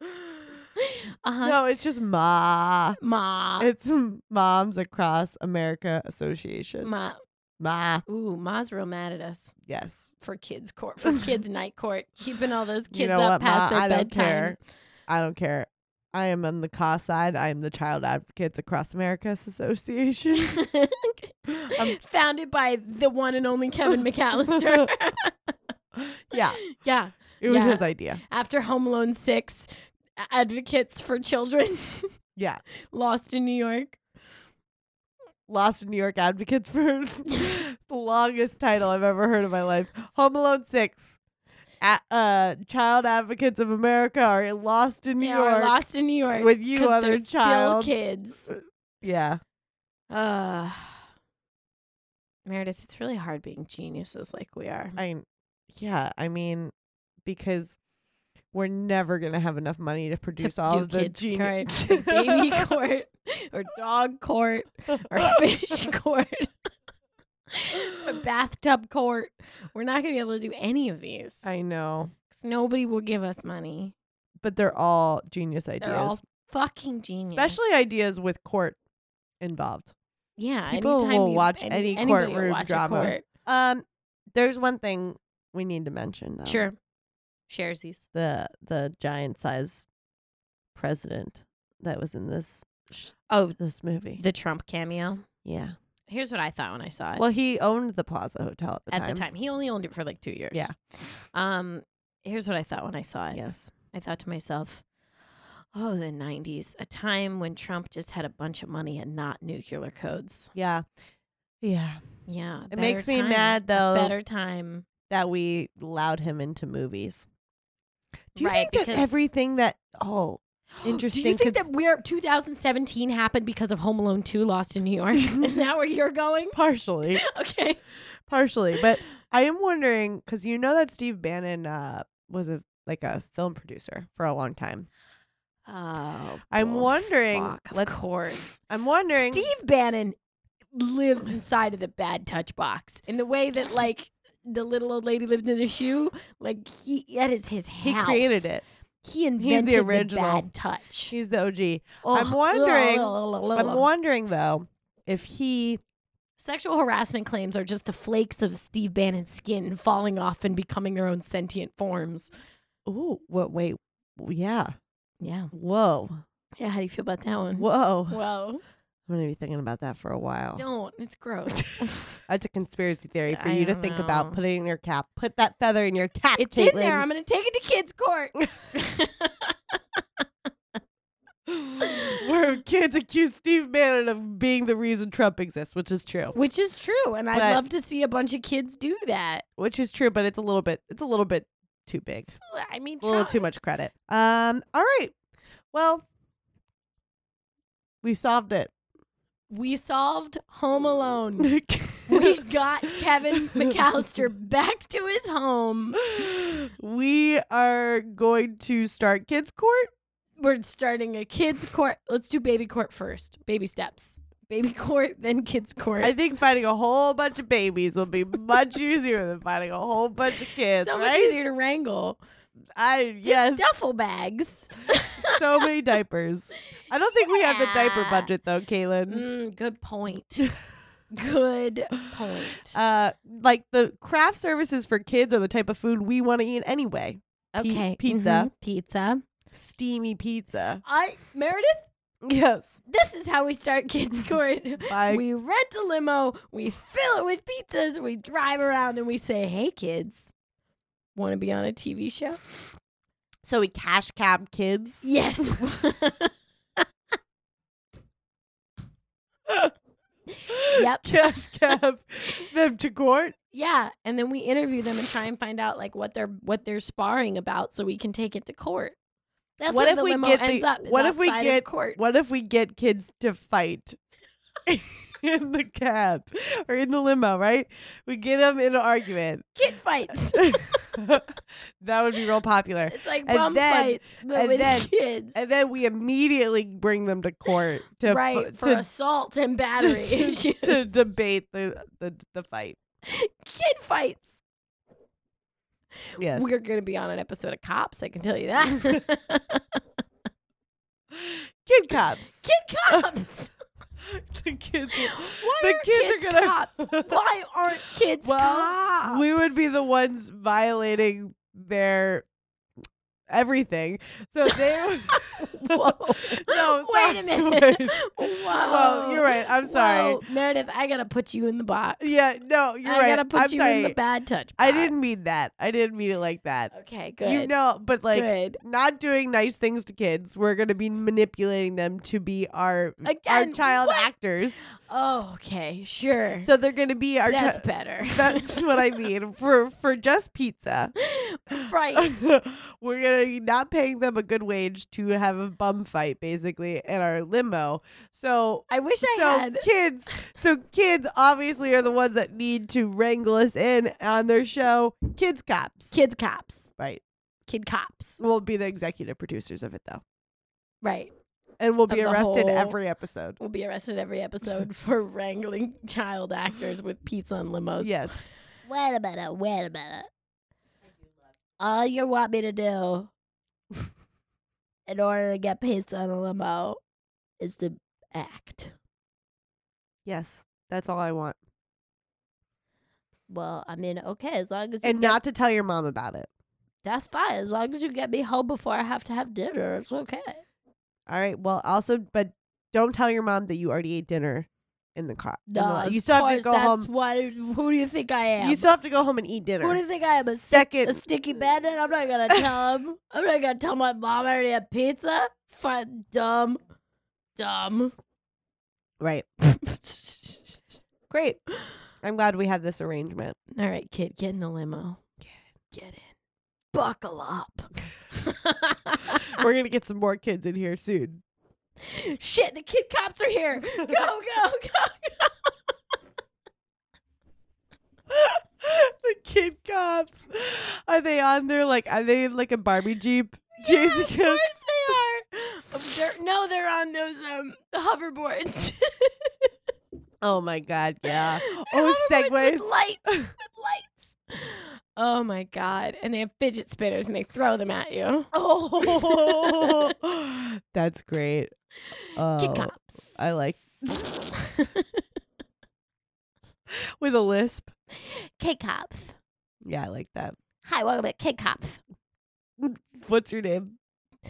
S3: uh huh. Uh
S2: No, it's just ma.
S3: Ma.
S2: It's Moms Across America Association. Ma.
S3: Ma. Ooh, Ma's real mad at us
S2: Yes.
S3: for kids court, for kids night court, keeping all those kids
S2: you know
S3: up
S2: what,
S3: past
S2: ma?
S3: their
S2: I don't
S3: bedtime.
S2: care. I don't care. I am on the cause side. I am the Child Advocates Across America Association. Um, I'm-
S3: Founded by the one and only Kevin McAllister.
S2: yeah,
S3: yeah.
S2: it was
S3: Yeah.
S2: his idea.
S3: After Home Alone 6, a- advocates for children
S2: Yeah.
S3: lost in New York.
S2: Lost in New York Advocates for the longest title I've ever heard in my life. Home Alone 6. A- uh, Child Advocates of America are lost in New
S3: They
S2: York.
S3: are lost in New York.
S2: with you
S3: 'cause
S2: other
S3: they're still
S2: childs.
S3: kids.
S2: Yeah.
S3: Uh, Meredith, it's really hard being geniuses like we are.
S2: I yeah, I mean because we're never going to have enough money to produce all
S3: do
S2: of the
S3: kids
S2: geni-
S3: court, or baby court, or dog court, or fish court, or bathtub court. We're not going to be able to do any of these.
S2: I know,
S3: 'cause nobody will give us money.
S2: but they're all genius
S3: They're all
S2: ideas.
S3: fucking genius.
S2: Especially ideas with court involved.
S3: yeah.
S2: people
S3: anytime
S2: will
S3: you-
S2: watch any
S3: anybody will
S2: courtroom
S3: watch a
S2: drama.
S3: court.
S2: Um there's one thing we need to mention though.
S3: Sure. Shares these.
S2: the the giant size president that was in this
S3: Oh,
S2: this movie.
S3: the Trump cameo.
S2: yeah.
S3: Here's what I thought when I saw it.
S2: Well, he owned the Plaza Hotel at the
S3: at
S2: time.
S3: the time, he only owned it for like two years.
S2: Yeah.
S3: Um. Here's what I thought when I saw it.
S2: Yes.
S3: I thought to myself, oh, the 90s, a time when Trump just had a bunch of money and not nuclear codes.
S2: Yeah. Yeah.
S3: Yeah. a
S2: It makes
S3: better
S2: me
S3: time.
S2: mad though
S3: Better time.
S2: that we allowed him into movies. Do you
S3: Right,
S2: think that
S3: because-
S2: everything that oh
S3: Do
S2: interesting
S3: you think
S2: cons-
S3: that we're 2017 happened because of Home Alone 2 Lost in New York? Is that where you're going?
S2: partially
S3: Okay.
S2: partially but I am wondering because you know that Steve Bannon uh, was a like a film producer for a long time.
S3: Oh.
S2: I'm
S3: bull
S2: wondering-
S3: fuck, of
S2: let's-
S3: course.
S2: I'm wondering
S3: Steve Bannon lives inside of the bad touch box in the way that, like, the little old lady lived in the shoe. Like, he, that is his house.
S2: he created it.
S3: He
S2: invented
S3: invented
S2: the
S3: the,
S2: original.
S3: bad touch.
S2: He's the OG. I'm wondering- I'm wondering though if he
S3: Sexual harassment claims are just the flakes of Steve Bannon's skin falling off and becoming their own sentient forms.
S2: ooh what wait yeah
S3: Yeah.
S2: whoa
S3: Yeah. How do you feel about that one?
S2: whoa
S3: Whoa.
S2: I'm gonna be thinking about that for a while.
S3: Don't. It's gross.
S2: That's a conspiracy theory for
S3: I
S2: you to
S3: don't
S2: think about.
S3: know.
S2: Put it in your cap. Put that feather in your cap.
S3: it's in there. I'm going to take it to kids' court.
S2: Caitlin. Where kids accuse Steve Bannon of being the reason Trump exists, which is true.
S3: Which is true. And
S2: But-
S3: I'd love to see a bunch of kids do that.
S2: Which is true, but it's a little bit. It's a little bit too big.
S3: I mean,
S2: A little
S3: Trump-
S2: too much credit. Um. All right. Well, we solved it.
S3: We solved Home Alone. we got Kevin McAllister back to his home.
S2: we are going to start kids court.
S3: We're starting a kids court. Let's do baby court first. Baby steps. Baby court, then kids court.
S2: I think finding a whole bunch of babies will be much easier than finding a whole bunch of kids.
S3: so much
S2: right?
S3: easier to wrangle.
S2: I
S3: Just
S2: yes,
S3: duffel bags.
S2: so many diapers. I don't think we have the diaper
S3: Yeah.
S2: budget though, Kaylin.
S3: Mm, good point. Good point.
S2: Uh, like the craft services for kids are the type of food we want to eat anyway. pe-
S3: okay.
S2: pizza.
S3: mhm, Pizza.
S2: Steamy pizza.
S3: I Meredith,
S2: Yes.
S3: this is how we start kids court.
S2: By
S3: we rent a limo, we fill it with pizzas, we drive around and we say, "Hey kids, want to be on a TV show?"
S2: so we cash cab kids.
S3: Yes. Yep.
S2: Cash cab them to court.
S3: yeah, and then we interview them and try and find out like what they're what they're sparring about so we can take it to court. That's
S2: What
S3: where
S2: if
S3: the
S2: we
S3: limo
S2: get the-
S3: ends up. is
S2: what if we
S3: outside of
S2: get-
S3: court?
S2: What if we get kids to fight in the cab or in the limo, right? We get them in an argument.
S3: kid fights?
S2: that would be real popular.
S3: It's like
S2: And
S3: bum
S2: then-
S3: fights, but
S2: and
S3: with
S2: then-
S3: kids.
S2: And then we immediately bring them to court to
S3: right
S2: fu-
S3: for
S2: to,
S3: assault and
S2: to,
S3: battery
S2: to,
S3: issues.
S2: to debate the, the the fight.
S3: Kid fights.
S2: Yes.
S3: We're gonna be on an episode of Cops. I can tell you that.
S2: Kid cops.
S3: Kid Cops.
S2: the kids.
S3: Why
S2: The
S3: are
S2: kids
S3: kids,
S2: are gonna-
S3: cops? Why aren't kids
S2: Well,
S3: cops?
S2: We would be the ones violating their everything. So they
S3: Whoa.
S2: No, sorry.
S3: Wait a minute.
S2: Wait.
S3: Whoa.
S2: Well, you're right. I'm sorry.
S3: Whoa. Meredith, I gotta put you in the box.
S2: Yeah, no, you're
S3: I
S2: right.
S3: gotta put
S2: I'm
S3: you
S2: sorry.
S3: in the bad touch.
S2: I
S3: box.
S2: didn't mean that. I didn't mean it like that.
S3: Okay, Oh, good.
S2: You know, but like
S3: good.
S2: not doing nice things to kids. We're going to be manipulating them to be our our
S3: Again,
S2: child
S3: what?
S2: actors.
S3: Oh, okay, sure.
S2: So they're going to be our
S3: That's
S2: chi-
S3: better.
S2: That's what I mean for for just pizza.
S3: right.
S2: We're gonna be not paying them a good wage to have a bum fight, basically, in our limo. So,
S3: I wish I
S2: so
S3: had.
S2: kids, so kids obviously are the ones that need to wrangle us in on their show. Kids cops,
S3: Kids cops.
S2: right?
S3: Kid cops.
S2: We'll be the executive producers of it though,
S3: Right.
S2: and we'll be
S3: Of the
S2: arrested
S3: whole-
S2: every episode.
S3: We'll be arrested every episode for wrangling child actors with pizza and limos.
S2: Yes,
S3: Wait a minute. Wait a minute. All you want me to do in order to get pizza on a limo is to act.
S2: yes, that's all I want,
S3: Well, I mean, okay, as long as you
S2: and
S3: get-
S2: not to tell your mom about it.
S3: that's fine. As long as you get me home before I have to have dinner, it's okay.
S2: All right. Well, also, but don't tell your mom that you already ate dinner in the car. in the
S3: No,
S2: li-
S3: of
S2: you still have to
S3: course,
S2: go home.
S3: that's What, who do you think I am?
S2: You still have to go home and eat dinner.
S3: who do you think I am? A a
S2: Second,
S3: sticky bandit. I'm not gonna tell him. I'm not gonna tell my mom I already had pizza. Fun, dumb, dumb.
S2: right? Great. I'm glad we had this arrangement.
S3: All right, kid, get in the limo. Get in. Get in. Buckle up.
S2: We're gonna get some more kids in here soon.
S3: Shit, the kid cops are here. Go, go, go.
S2: the kid cops. Are they on there? Like, are they in like a Barbie jeep chasing
S3: Yeah,
S2: us?
S3: of course they are. Um, they're- no, they're on those um hoverboards.
S2: Oh my god, yeah.
S3: They're
S2: Oh,
S3: hoverboards
S2: segways.
S3: with lights, with lights. Oh my god! And they have fidget spinners, and they throw them at you.
S2: Oh, that's great.
S3: Kid
S2: Oh,
S3: cops.
S2: I like with a lisp.
S3: Kid cops.
S2: Yeah, I like that.
S3: Hi, welcome to Kid cops.
S2: What's your name?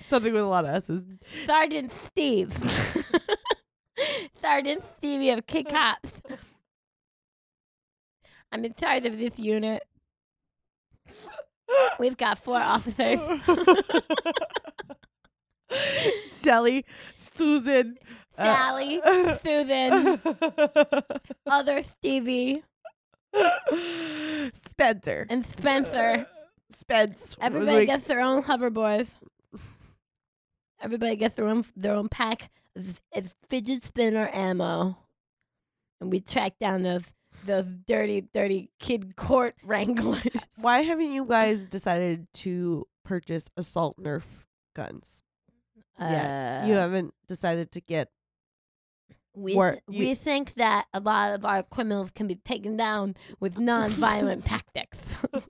S2: Something with a lot of S's.
S3: Sergeant Steve. Sergeant Stevie of Kid Cops. I'm in charge of this unit. We've got four officers.
S2: Sally, Susan, uh,
S3: Sally, Susan, other Stevie,
S2: Spencer, Uh,
S3: and Spencer.
S2: Spence. was
S3: Everybody
S2: like-
S3: gets their own hoverboards. Everybody gets their own their own pack of of fidget spinner ammo. and we tracked down those those dirty, dirty kid court wranglers.
S2: Why haven't you guys decided to purchase assault Nerf guns? yet? you
S3: Uh,
S2: haven't decided to get.
S3: We,
S2: Where
S3: th-
S2: you-
S3: we think that a lot of our criminals can be taken down with nonviolent tactics.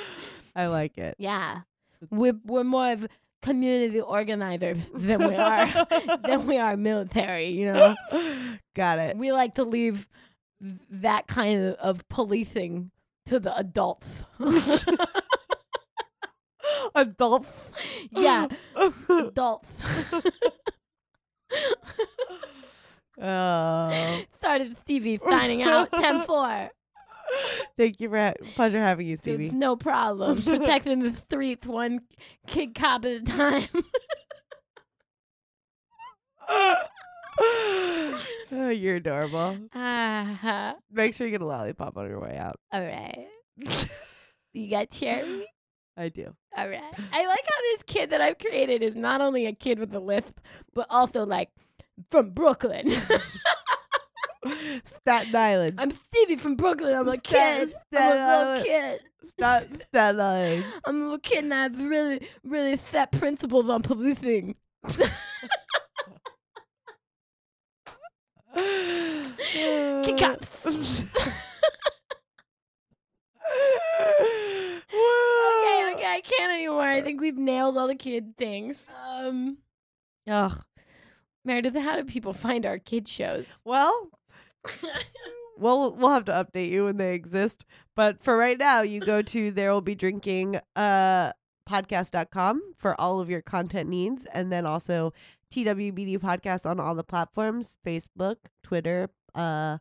S2: I like it.
S3: yeah, we're we're more of community organizers than we are than we are military. You know,
S2: Got it.
S3: we like to leave th- that kind of, of policing to the adults.
S2: Adult.
S3: yeah, adults.
S2: oh.
S3: Started Stevie signing out 10-4.
S2: Thank you for ha- pleasure having you,
S3: Dude,
S2: Stevie.
S3: no problem. Protecting the streets one kid cop at a time.
S2: oh, you're adorable.
S3: Ah,
S2: Make sure you get a lollipop on your way out.
S3: all right. You got cherry?
S2: I do.
S3: All right. I like how this kid that I've created is not only a kid with a lisp, but also like from Brooklyn.
S2: Staten Island.
S3: I'm Stevie from Brooklyn. I'm a
S2: Stan-
S3: kid. I'm a
S2: Stan-
S3: little kid.
S2: Stat- Staten Island.
S3: I'm a little kid and I have really, really set principles on policing. Kick
S2: Uh,
S3: ups. okay, okay, I can't anymore. I think we've nailed all the kid things. Um, ugh, Meredith, how do people find our kid shows?
S2: Well, we'll we'll have to update you when they exist. But for right now, you go to there will be drinking uh podcast.com for all of your content needs and then also TWBD podcast on all the platforms, Facebook, Twitter, uh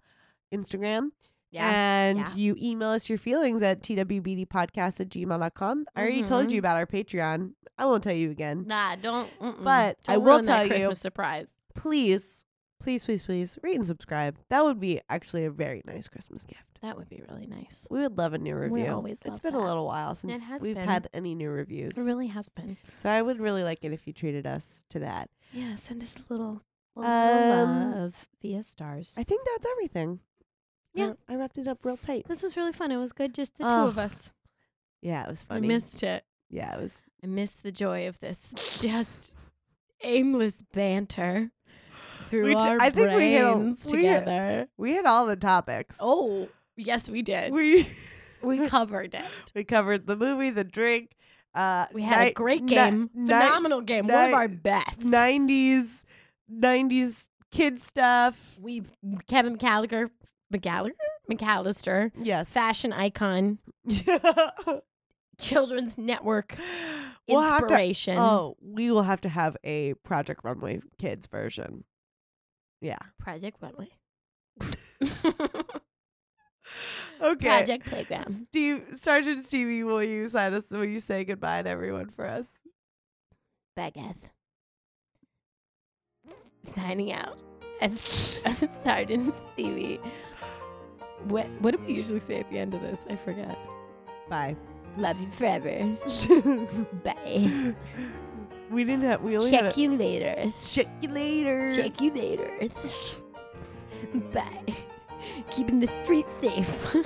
S2: Instagram. and
S3: yeah.
S2: you email us your feelings at twbdpodcast at gmail.com. I already told
S3: Mhm.
S2: you about our Patreon. I won't tell you again.
S3: nah, don't. mm-mm.
S2: But I
S3: Don't
S2: will
S3: ruin that
S2: tell you-
S3: Christmas surprise.
S2: Please, please, please, please rate and subscribe. That would be actually a very nice Christmas gift.
S3: That would be really nice.
S2: We would love a new review.
S3: always
S2: it's
S3: love
S2: been a
S3: that.
S2: little while since
S3: has
S2: we've
S3: been.
S2: had any new reviews.
S3: It really has been.
S2: so I would really like it if you treated us to that.
S3: Yeah, send us a little, little, little
S2: Um,
S3: love via stars.
S2: I think that's everything. I
S3: Yeah.
S2: wra- I, wrapped it up real tight.
S3: this was really fun. It was good, just the two
S2: Ugh,
S3: of us.
S2: Yeah, it was
S3: I
S2: funny.
S3: missed it.
S2: yeah, it was.
S3: I miss the joy of this just aimless banter through
S2: We t-
S3: our
S2: I think we hit a-
S3: brains
S2: we hit-
S3: together.
S2: We had all the topics.
S3: Oh, yes, we did.
S2: We
S3: We covered it.
S2: we covered the movie, the drink. Uh,
S3: We had a
S2: ni-
S3: great
S2: ni-
S3: game,
S2: ni-
S3: phenomenal game, one of
S2: ni-
S3: our best.
S2: 90s 90s kid stuff
S3: We've Kevin McCalliger, McCalliger, McAllister,
S2: yes
S3: fashion icon, children's network
S2: We'll have to-
S3: inspiration.
S2: oh we will have to have a project runway kids version yeah
S3: Project Runway,
S2: okay
S3: Project Playground.
S2: steve sergeant stevie will you sign us will you say goodbye to everyone for us
S3: Baguette. Signing out. And Sergeant Stevie. What, what do we usually say at the end of this? I forget.
S2: bye
S3: Love you forever. Bye.
S2: we didn't have we only had
S3: Check
S2: a-
S3: you later.
S2: check you later
S3: Check you later. Bye. Keeping the street safe.